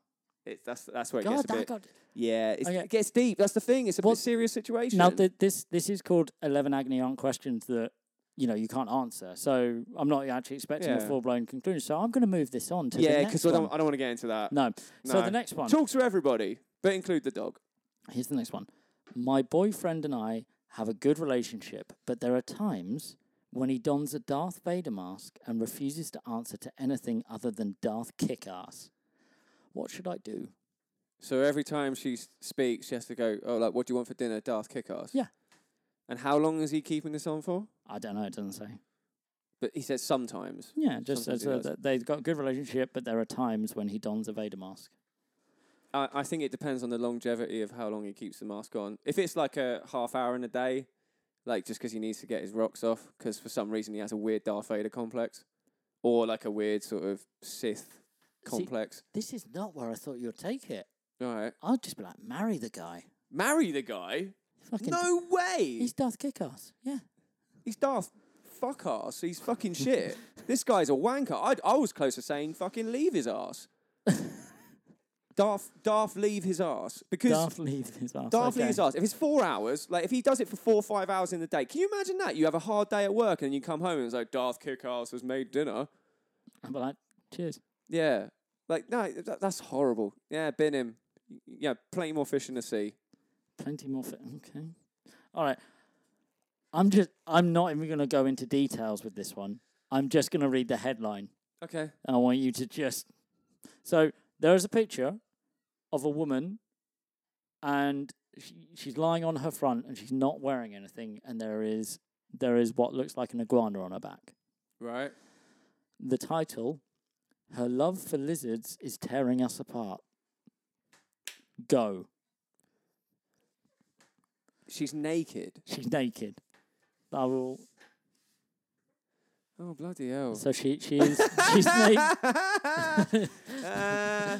[SPEAKER 4] It's that's that's where it
[SPEAKER 2] God,
[SPEAKER 4] gets a
[SPEAKER 2] that
[SPEAKER 4] bit.
[SPEAKER 2] got
[SPEAKER 4] Yeah, it's,
[SPEAKER 2] Okay.
[SPEAKER 4] it gets deep. That's the thing. It's a
[SPEAKER 2] Well,
[SPEAKER 4] bit serious situation.
[SPEAKER 2] now. Th- this this is called eleven agony aunt questions that you know you can't answer. So I'm not actually expecting
[SPEAKER 4] Yeah.
[SPEAKER 2] a full blown conclusion. So I'm going to move this on to the
[SPEAKER 4] yeah,
[SPEAKER 2] next
[SPEAKER 4] because I
[SPEAKER 2] one.
[SPEAKER 4] don't, I don't want to get into that.
[SPEAKER 2] no. So
[SPEAKER 4] No.
[SPEAKER 2] the next one.
[SPEAKER 4] Talk to everybody, but include the dog.
[SPEAKER 2] Here's the next one. My boyfriend and I have a good relationship, but there are times when he dons a Darth Vader mask and refuses to answer to anything other than Darth kick ass. What should I do?
[SPEAKER 4] So every time she s- speaks, she has to go, "Oh, like, what do you want for dinner?" Darth Kickass.
[SPEAKER 2] Yeah.
[SPEAKER 4] And how long is he keeping this on for?
[SPEAKER 2] I don't know, it doesn't say.
[SPEAKER 4] But he says sometimes.
[SPEAKER 2] Yeah, just
[SPEAKER 4] Sometimes
[SPEAKER 2] says
[SPEAKER 4] he
[SPEAKER 2] that
[SPEAKER 4] does.
[SPEAKER 2] that they've got a good relationship, but there are times when he dons a Vader mask.
[SPEAKER 4] I, I think it depends on the longevity of how long he keeps the mask on. If it's like a half hour in a day, like just 'cause he needs to get his rocks off 'cause for some reason he has a weird Darth Vader complex, or like a weird sort of Sith complex.
[SPEAKER 2] This is not where I thought you'd take it.
[SPEAKER 4] All right,
[SPEAKER 2] I'd just be like, marry the guy.
[SPEAKER 4] marry the guy.
[SPEAKER 2] Fucking
[SPEAKER 4] No way.
[SPEAKER 2] He's Darth kick ass. Yeah.
[SPEAKER 4] He's Darth fuck ass. He's fucking shit. this guy's a wanker. I, I was close to saying fucking leave his ass. Darth, Darth leave his ass. Because Darth,
[SPEAKER 2] Darth leaves his ass.
[SPEAKER 4] leave
[SPEAKER 2] okay.
[SPEAKER 4] his ass. If it's four hours, like if he does it for four or five hours in the day, can you imagine that? You have a hard day at work and you come home and it's like, Darth kick ass has made dinner.
[SPEAKER 2] I'd be like, cheers.
[SPEAKER 4] Yeah. Like, no, that, that's horrible. Yeah, bin him. Yeah, plenty more fish in the sea.
[SPEAKER 2] Plenty more fit. Okay. All right. I'm just. I'm not even going to go into details with this one. I'm just going to read the headline.
[SPEAKER 4] Okay.
[SPEAKER 2] I want you to just. So there is a picture of a woman, and she, she's lying on her front, and she's not wearing anything, and there is there is what looks like an iguana on her back.
[SPEAKER 4] Right.
[SPEAKER 2] The title: Her love for lizards is tearing us apart. Go.
[SPEAKER 4] She's naked.
[SPEAKER 2] She's naked. I will.
[SPEAKER 4] Oh, bloody hell.
[SPEAKER 2] So she she is she's naked.
[SPEAKER 4] Uh,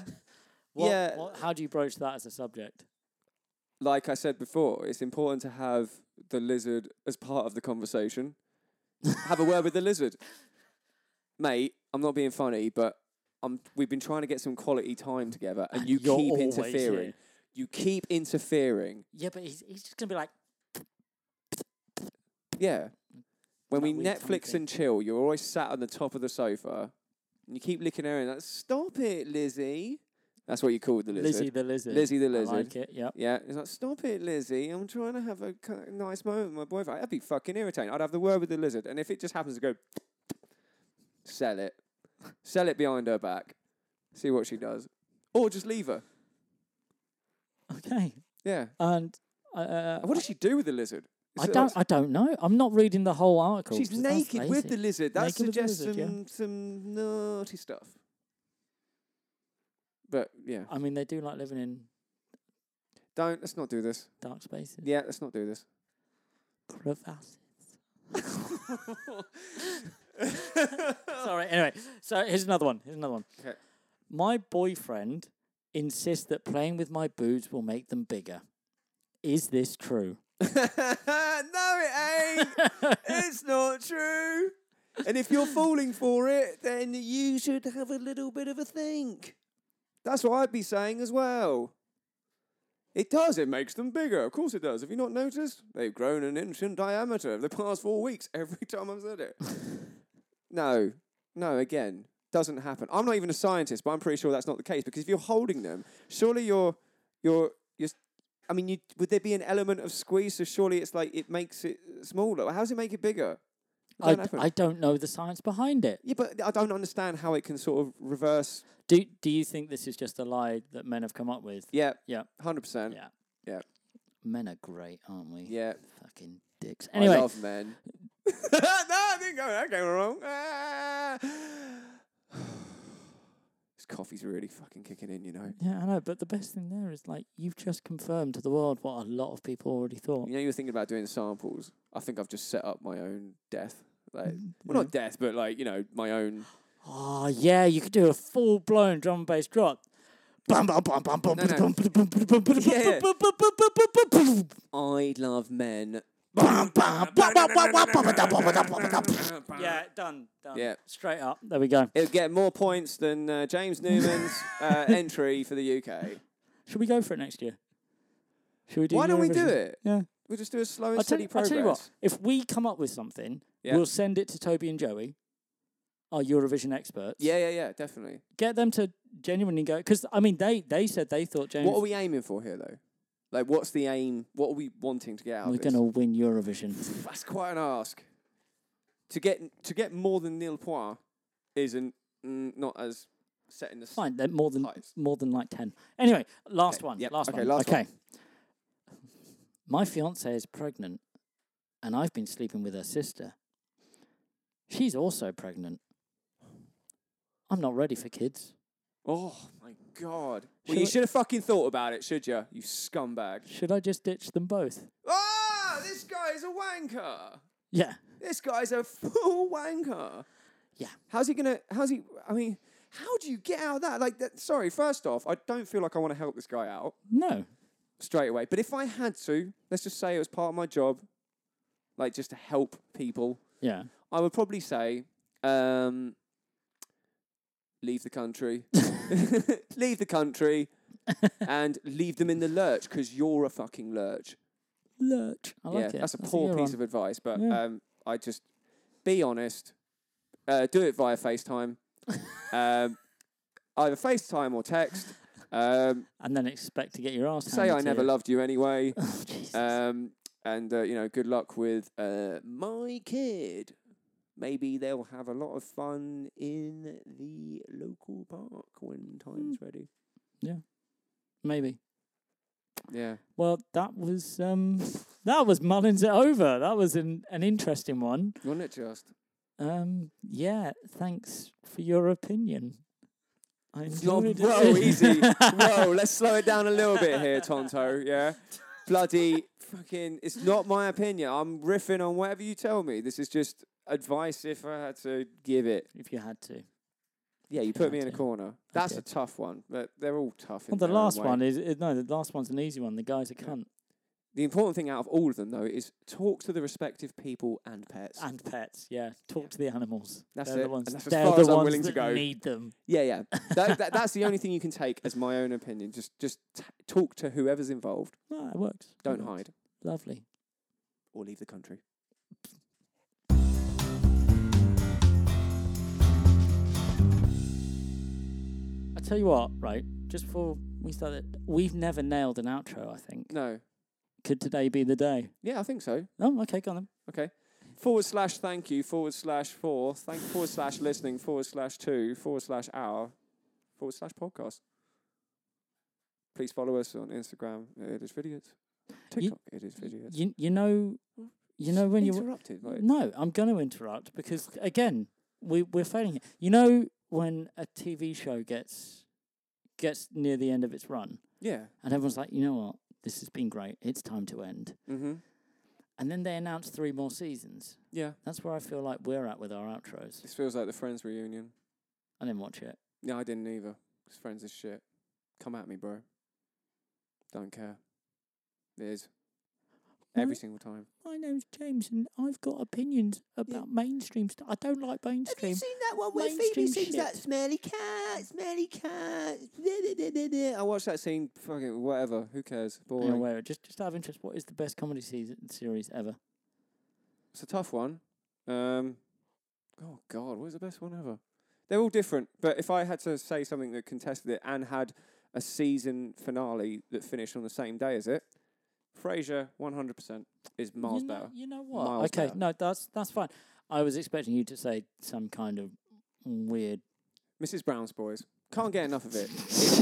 [SPEAKER 2] What,
[SPEAKER 4] Yeah.
[SPEAKER 2] what- how do you broach that as a subject?
[SPEAKER 4] like I said before, it's important to have the lizard as part of the conversation. have a word with the lizard, mate. I'm not being funny, but I'm, we've been trying to get some quality time together, and, you
[SPEAKER 2] you're
[SPEAKER 4] keep
[SPEAKER 2] always
[SPEAKER 4] interfering.
[SPEAKER 2] here.
[SPEAKER 4] You keep interfering.
[SPEAKER 2] Yeah, but he's, he's just gonna be like,
[SPEAKER 4] Yeah. When we
[SPEAKER 2] That weird tummy
[SPEAKER 4] Netflix
[SPEAKER 2] thing.
[SPEAKER 4] and chill, you're always sat on the top of the sofa, and you keep licking her in. Like, Stop it, Lizzie. That's what you called the lizard.
[SPEAKER 2] Lizzie the lizard.
[SPEAKER 4] Lizzie the
[SPEAKER 2] I
[SPEAKER 4] lizard.
[SPEAKER 2] like it. Yep.
[SPEAKER 4] Yeah, it's like, stop it, Lizzie. I'm trying to have a ki- nice moment with my boyfriend. I'd be fucking irritating. I'd have the word with the lizard, and if it just happens to go, sell it, sell it behind her back, see what she does, or just leave her.
[SPEAKER 2] Okay.
[SPEAKER 4] Yeah.
[SPEAKER 2] And uh,
[SPEAKER 4] And what does she do with the lizard?
[SPEAKER 2] I
[SPEAKER 4] Is it
[SPEAKER 2] don't.
[SPEAKER 4] like-
[SPEAKER 2] I don't know. I'm not reading the whole article.
[SPEAKER 4] she's
[SPEAKER 2] 'cause that's
[SPEAKER 4] naked with the
[SPEAKER 2] lazy.
[SPEAKER 4] lizard. That
[SPEAKER 2] Naked with the
[SPEAKER 4] suggests
[SPEAKER 2] lizard, yeah.
[SPEAKER 4] some some naughty stuff. But yeah,
[SPEAKER 2] I mean, they do like living in
[SPEAKER 4] don't let's not do this.
[SPEAKER 2] dark spaces.
[SPEAKER 4] Yeah, let's not do this.
[SPEAKER 2] Crevasses. Sorry. Anyway, so here's another one. Here's another one.
[SPEAKER 4] Okay.
[SPEAKER 2] My boyfriend insists that playing with my boobs will make them bigger. Is this true?
[SPEAKER 4] no, it ain't. it's not true. And if you're falling for it, then you should have a little bit of a think. That's what I'd be saying as well. It does. It makes them bigger. Of course it does. Have you not noticed? They've grown an inch in diameter over the past four weeks every time I've said it. no, no, again, doesn't happen. I'm not even a scientist, but I'm pretty sure that's not the case because if you're holding them, surely you're, you're, you're I mean, you, would there be an element of squeeze? So surely it's like it makes it smaller. How does it make it bigger? It
[SPEAKER 2] I,
[SPEAKER 4] don't happen.
[SPEAKER 2] I don't know the science behind it.
[SPEAKER 4] yeah, but I don't understand how it can sort of reverse.
[SPEAKER 2] Do Do you think this is just a lie that men have come up with?
[SPEAKER 4] Yeah,
[SPEAKER 2] Yeah.
[SPEAKER 4] hundred percent.
[SPEAKER 2] Yeah.
[SPEAKER 4] Yeah,
[SPEAKER 2] Men are great, aren't we?
[SPEAKER 4] yeah.
[SPEAKER 2] Fucking dicks. Anyway,
[SPEAKER 4] I love men. no, I didn't go. That came wrong. Ah. this coffee's really fucking kicking in, you know.
[SPEAKER 2] yeah, I know. But the best thing there is like you've just confirmed to the world what a lot of people already thought.
[SPEAKER 4] You know, you were thinking about doing samples. I think I've just set up my own death. Like, well, not death, but like you know, my own.
[SPEAKER 2] Oh yeah, you could do a full blown drum and bass drop. Bum, bum, bum, bum, bum,
[SPEAKER 4] No, no.
[SPEAKER 2] bum, bum, bum, bum, bum, bum, bum,
[SPEAKER 4] Yeah.
[SPEAKER 2] bum, bum, bum, bum, bum, bum, bum.
[SPEAKER 4] I love men
[SPEAKER 2] Yeah, done. done.
[SPEAKER 4] Yeah.
[SPEAKER 2] Straight up. There we go.
[SPEAKER 4] It'll get more points than uh, James Newman's uh, entry for the UK.
[SPEAKER 2] Should we go for it next year? Should we do
[SPEAKER 4] Why don't we do
[SPEAKER 2] Eurovision?
[SPEAKER 4] it?
[SPEAKER 2] Yeah.
[SPEAKER 4] We'll just do a slow and
[SPEAKER 2] I tell,
[SPEAKER 4] steady
[SPEAKER 2] you, I tell you what,
[SPEAKER 4] progress.
[SPEAKER 2] if we come up with something,
[SPEAKER 4] Yeah.
[SPEAKER 2] we'll send it to Toby and Joey, our Eurovision experts.
[SPEAKER 4] Yeah, yeah, yeah, definitely.
[SPEAKER 2] Get them to genuinely go. Because, I mean, they, they said they thought James.
[SPEAKER 4] What are we aiming for here, though? Like, what's the aim? What are we wanting to get out
[SPEAKER 2] We're
[SPEAKER 4] of this?
[SPEAKER 2] going to win Eurovision.
[SPEAKER 4] That's quite an ask. To get to get more than nil point isn't mm, not as set in the s-
[SPEAKER 2] Fine, they're more than
[SPEAKER 4] Nice.
[SPEAKER 2] more than like ten. Anyway, last
[SPEAKER 4] Okay,
[SPEAKER 2] one.
[SPEAKER 4] yep,
[SPEAKER 2] Last
[SPEAKER 4] okay,
[SPEAKER 2] one.
[SPEAKER 4] last
[SPEAKER 2] okay.
[SPEAKER 4] one.
[SPEAKER 2] My fiance is pregnant, and I've been sleeping with her sister. She's also pregnant. I'm not ready for kids.
[SPEAKER 4] Oh my god!
[SPEAKER 2] Shall
[SPEAKER 4] Well, you
[SPEAKER 2] I-
[SPEAKER 4] should have fucking thought about it, should you? You scumbag!
[SPEAKER 2] Should I just ditch them both?
[SPEAKER 4] Ah, this guy is a wanker.
[SPEAKER 2] Yeah.
[SPEAKER 4] This guy's a full wanker.
[SPEAKER 2] Yeah.
[SPEAKER 4] How's he gonna? How's he? I mean, how do you get out of that? Like, that, sorry. First off, I don't feel like I want to help this guy out
[SPEAKER 2] No.
[SPEAKER 4] straight away. But if I had to, let's just say it was part of my job, like just to help people.
[SPEAKER 2] Yeah.
[SPEAKER 4] I would probably say, um, leave the country, leave the country, and leave them in the lurch because you're a fucking lurch.
[SPEAKER 2] Lurch. I like
[SPEAKER 4] yeah,
[SPEAKER 2] it.
[SPEAKER 4] that's a poor
[SPEAKER 2] good
[SPEAKER 4] piece
[SPEAKER 2] one.
[SPEAKER 4] of advice, but
[SPEAKER 2] Yeah.
[SPEAKER 4] um, I just be honest. Uh, do it via FaceTime, um, either FaceTime or text. Um,
[SPEAKER 2] And then expect to get your ass.
[SPEAKER 4] say
[SPEAKER 2] handed
[SPEAKER 4] I
[SPEAKER 2] to
[SPEAKER 4] never
[SPEAKER 2] you.
[SPEAKER 4] loved you anyway,
[SPEAKER 2] Oh, Jesus.
[SPEAKER 4] um, and uh, you know, good luck with uh, my kid. Maybe they'll have a lot of fun in the local park
[SPEAKER 2] Hmm.
[SPEAKER 4] when time's ready.
[SPEAKER 2] Maybe.
[SPEAKER 4] Yeah,
[SPEAKER 2] Well, that was um, that was Mullins it over. That was an, an interesting one.
[SPEAKER 4] wasn't it just?
[SPEAKER 2] Um, yeah, thanks for your opinion. I enjoyed
[SPEAKER 4] Whoa,
[SPEAKER 2] it.
[SPEAKER 4] easy. Whoa, let's slow it down a little bit here, Tonto. Yeah. Bloody fucking. It's not my opinion. I'm riffing on whatever you tell me. This is just advice if I had to give it.
[SPEAKER 2] if you had to.
[SPEAKER 4] Yeah, you
[SPEAKER 2] If
[SPEAKER 4] put
[SPEAKER 2] you
[SPEAKER 4] me
[SPEAKER 2] had
[SPEAKER 4] in a
[SPEAKER 2] to.
[SPEAKER 4] corner. That's a
[SPEAKER 2] did.
[SPEAKER 4] tough one, but they're all tough.
[SPEAKER 2] Well,
[SPEAKER 4] in
[SPEAKER 2] the
[SPEAKER 4] their own
[SPEAKER 2] last
[SPEAKER 4] way.
[SPEAKER 2] one is uh, no. The last one's an easy one. The guy's a cunt
[SPEAKER 4] The important thing out of all of them, though, is talk to the respective people and pets.
[SPEAKER 2] and pets. Yeah, talk to the animals.
[SPEAKER 4] That's
[SPEAKER 2] They're
[SPEAKER 4] it,
[SPEAKER 2] the
[SPEAKER 4] and
[SPEAKER 2] ones.
[SPEAKER 4] that's as
[SPEAKER 2] they're
[SPEAKER 4] far
[SPEAKER 2] the
[SPEAKER 4] as I'm
[SPEAKER 2] ones
[SPEAKER 4] willing to
[SPEAKER 2] that
[SPEAKER 4] go.
[SPEAKER 2] Need them.
[SPEAKER 4] yeah, yeah. That, that, that's the only thing you can take as my own opinion. Just, just t- talk to whoever's involved.
[SPEAKER 2] Ah, it works. It
[SPEAKER 4] Don't
[SPEAKER 2] works.
[SPEAKER 4] hide
[SPEAKER 2] Lovely.
[SPEAKER 4] or leave the country.
[SPEAKER 2] I tell you what, right? Just before we start it, we've never nailed an outro. I think.
[SPEAKER 4] No.
[SPEAKER 2] Could today be the day?
[SPEAKER 4] Yeah, I think so.
[SPEAKER 2] Oh, okay, go on then.
[SPEAKER 4] Okay. Forward slash thank you, forward slash four, thank forward slash listening, forward slash two, forward slash hour, forward slash podcast. Please follow us on Instagram. It is videos. TikTok. it is videos.
[SPEAKER 2] You you know, you know when you
[SPEAKER 4] interrupted, like,
[SPEAKER 2] No, I'm going to interrupt because again, we we're failing it. You know when a TV show gets gets near the end of its run,
[SPEAKER 4] yeah.
[SPEAKER 2] and everyone's like, you know what, this has been great. It's time to end.
[SPEAKER 4] Mhm.
[SPEAKER 2] And then they announce three more seasons.
[SPEAKER 4] Yeah.
[SPEAKER 2] That's where I feel like we're at with our outros.
[SPEAKER 4] This feels like the Friends reunion.
[SPEAKER 2] I didn't watch it.
[SPEAKER 4] No, I didn't either. 'Cause Friends is shit. Come at me, bro. Don't care. It is every
[SPEAKER 2] Right.
[SPEAKER 4] single time.
[SPEAKER 2] My name's James, and I've got opinions about mainstream stuff. I don't like mainstream.
[SPEAKER 4] that one
[SPEAKER 2] where Phoebe Mainstream sings that shit.
[SPEAKER 4] smelly cat, smelly cat? I watched that scene, fucking whatever. Who cares?
[SPEAKER 2] Hang on,
[SPEAKER 4] Boring.
[SPEAKER 2] wait, just just out of interest, what is the best comedy season series ever?
[SPEAKER 4] It's a tough one. Um, oh God, what is the best one ever? They're all different, but if I had to say something that contested it and had a season finale that finished on the same day as it, Frasier, one hundred percent, is miles
[SPEAKER 2] you know,
[SPEAKER 4] better.
[SPEAKER 2] You know what?
[SPEAKER 4] Miles
[SPEAKER 2] okay,
[SPEAKER 4] better.
[SPEAKER 2] no, that's that's fine. I was expecting you to say some kind of weird.
[SPEAKER 4] Mrs. Brown's Boys. Can't get enough of it. It's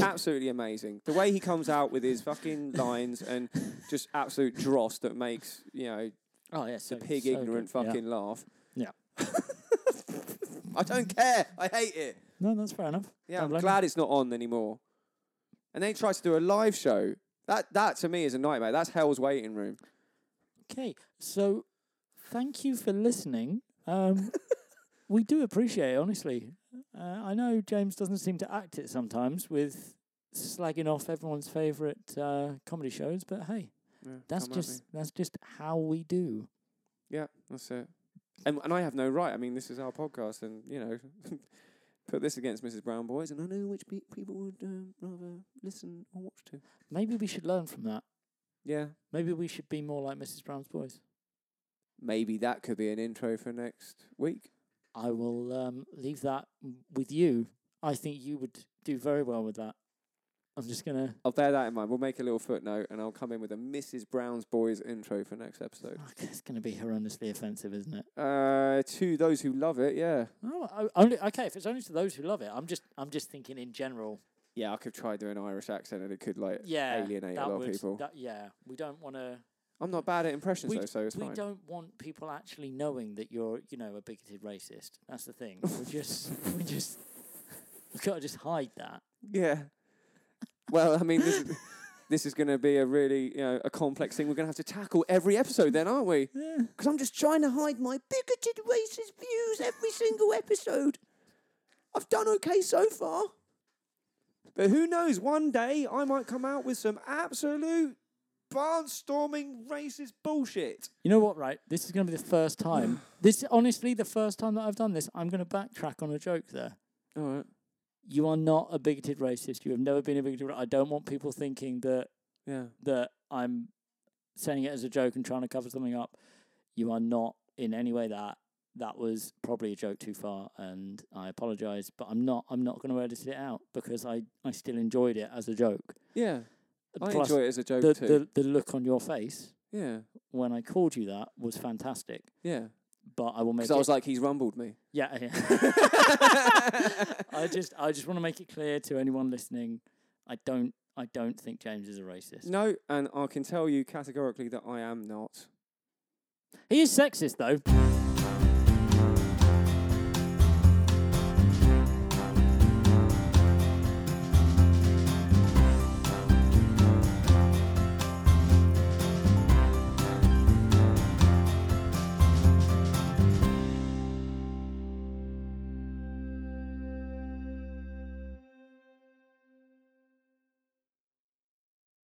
[SPEAKER 4] absolutely amazing. The way he comes out with his fucking lines and just absolute dross that makes, you know,
[SPEAKER 2] Oh yes,
[SPEAKER 4] the pig ignorant fucking laugh.
[SPEAKER 2] Yeah.
[SPEAKER 4] I don't care. I hate it.
[SPEAKER 2] No, that's fair enough.
[SPEAKER 4] Yeah,
[SPEAKER 2] Don't
[SPEAKER 4] I'm
[SPEAKER 2] blame
[SPEAKER 4] glad it's not on anymore. And they tries to do a live show. That that to me is a nightmare. That's hell's waiting room.
[SPEAKER 2] Okay, so thank you for listening. Um, we do appreciate it, honestly. Uh, I know James doesn't seem to act it sometimes with slagging off everyone's favourite uh, comedy shows, but hey,
[SPEAKER 4] Yeah,
[SPEAKER 2] That's
[SPEAKER 4] come at me.
[SPEAKER 2] just that's just how we do.
[SPEAKER 4] Yeah, that's it. And and I have no right. I mean, this is our podcast, and you know, put this against Mrs. Brown Boys, and I know which pe- people would um, rather listen or watch to.
[SPEAKER 2] Maybe we should learn from that.
[SPEAKER 4] Yeah,
[SPEAKER 2] Maybe we should be more like Mrs. Brown's boys.
[SPEAKER 4] maybe that could be an intro for next week.
[SPEAKER 2] I will um, leave that m- with you. I think you would do very well with that. I'm just gonna.
[SPEAKER 4] I'll bear that in mind. We'll make a little footnote, and I'll come in with a Mrs. Brown's Boys intro for next episode.
[SPEAKER 2] Fuck, it's gonna be horrendously offensive, isn't it?
[SPEAKER 4] Uh, to those who love it, yeah,
[SPEAKER 2] Oh, I- only okay. If it's only to those who love it, I'm just I'm just thinking in general.
[SPEAKER 4] yeah, I could try doing an Irish accent, and it could like
[SPEAKER 2] Yeah,
[SPEAKER 4] alienate a
[SPEAKER 2] that
[SPEAKER 4] lot
[SPEAKER 2] would,
[SPEAKER 4] of people.
[SPEAKER 2] That, yeah, we don't want to.
[SPEAKER 4] I'm not bad at impressions
[SPEAKER 2] We
[SPEAKER 4] though, so it's
[SPEAKER 2] we
[SPEAKER 4] fine.
[SPEAKER 2] don't want people actually knowing that you're you know a bigoted racist. That's the thing. We just we just we gotta just hide that.
[SPEAKER 4] Yeah. Well, I mean, this is, this is going to be a really you know a complex thing. We're going to have to tackle every episode, then, aren't we?
[SPEAKER 2] Yeah.
[SPEAKER 4] Because I'm just trying to hide my bigoted racist views every single episode. I've done okay so far. But who knows? One day I might come out with some absolute barnstorming racist bullshit.
[SPEAKER 2] You know what, right? This is going to be the first time. this honestly the first time that I've done this. I'm going to backtrack on a joke there.
[SPEAKER 4] All right.
[SPEAKER 2] You are not a bigoted racist. You have never been a bigoted. ra- I don't want people thinking that
[SPEAKER 4] Yeah.
[SPEAKER 2] that I'm saying it as a joke and trying to cover something up. You are not in any way that. That was probably a joke too far, and I apologise. But I'm not. I'm not going to edit it out because I, I still enjoyed it as a joke.
[SPEAKER 4] Yeah. I
[SPEAKER 2] Plus,
[SPEAKER 4] enjoy it as a joke
[SPEAKER 2] the,
[SPEAKER 4] too.
[SPEAKER 2] the the look on your face
[SPEAKER 4] yeah.
[SPEAKER 2] when I called you that was fantastic.
[SPEAKER 4] Yeah.
[SPEAKER 2] But I will make.
[SPEAKER 4] Because I
[SPEAKER 2] it-
[SPEAKER 4] was like, he's rumbled me.
[SPEAKER 2] Yeah, yeah. I just I just want to make it clear to anyone listening, I don't I don't think James is a racist.
[SPEAKER 4] No, and I can tell you categorically that I am not.
[SPEAKER 2] He is sexist though.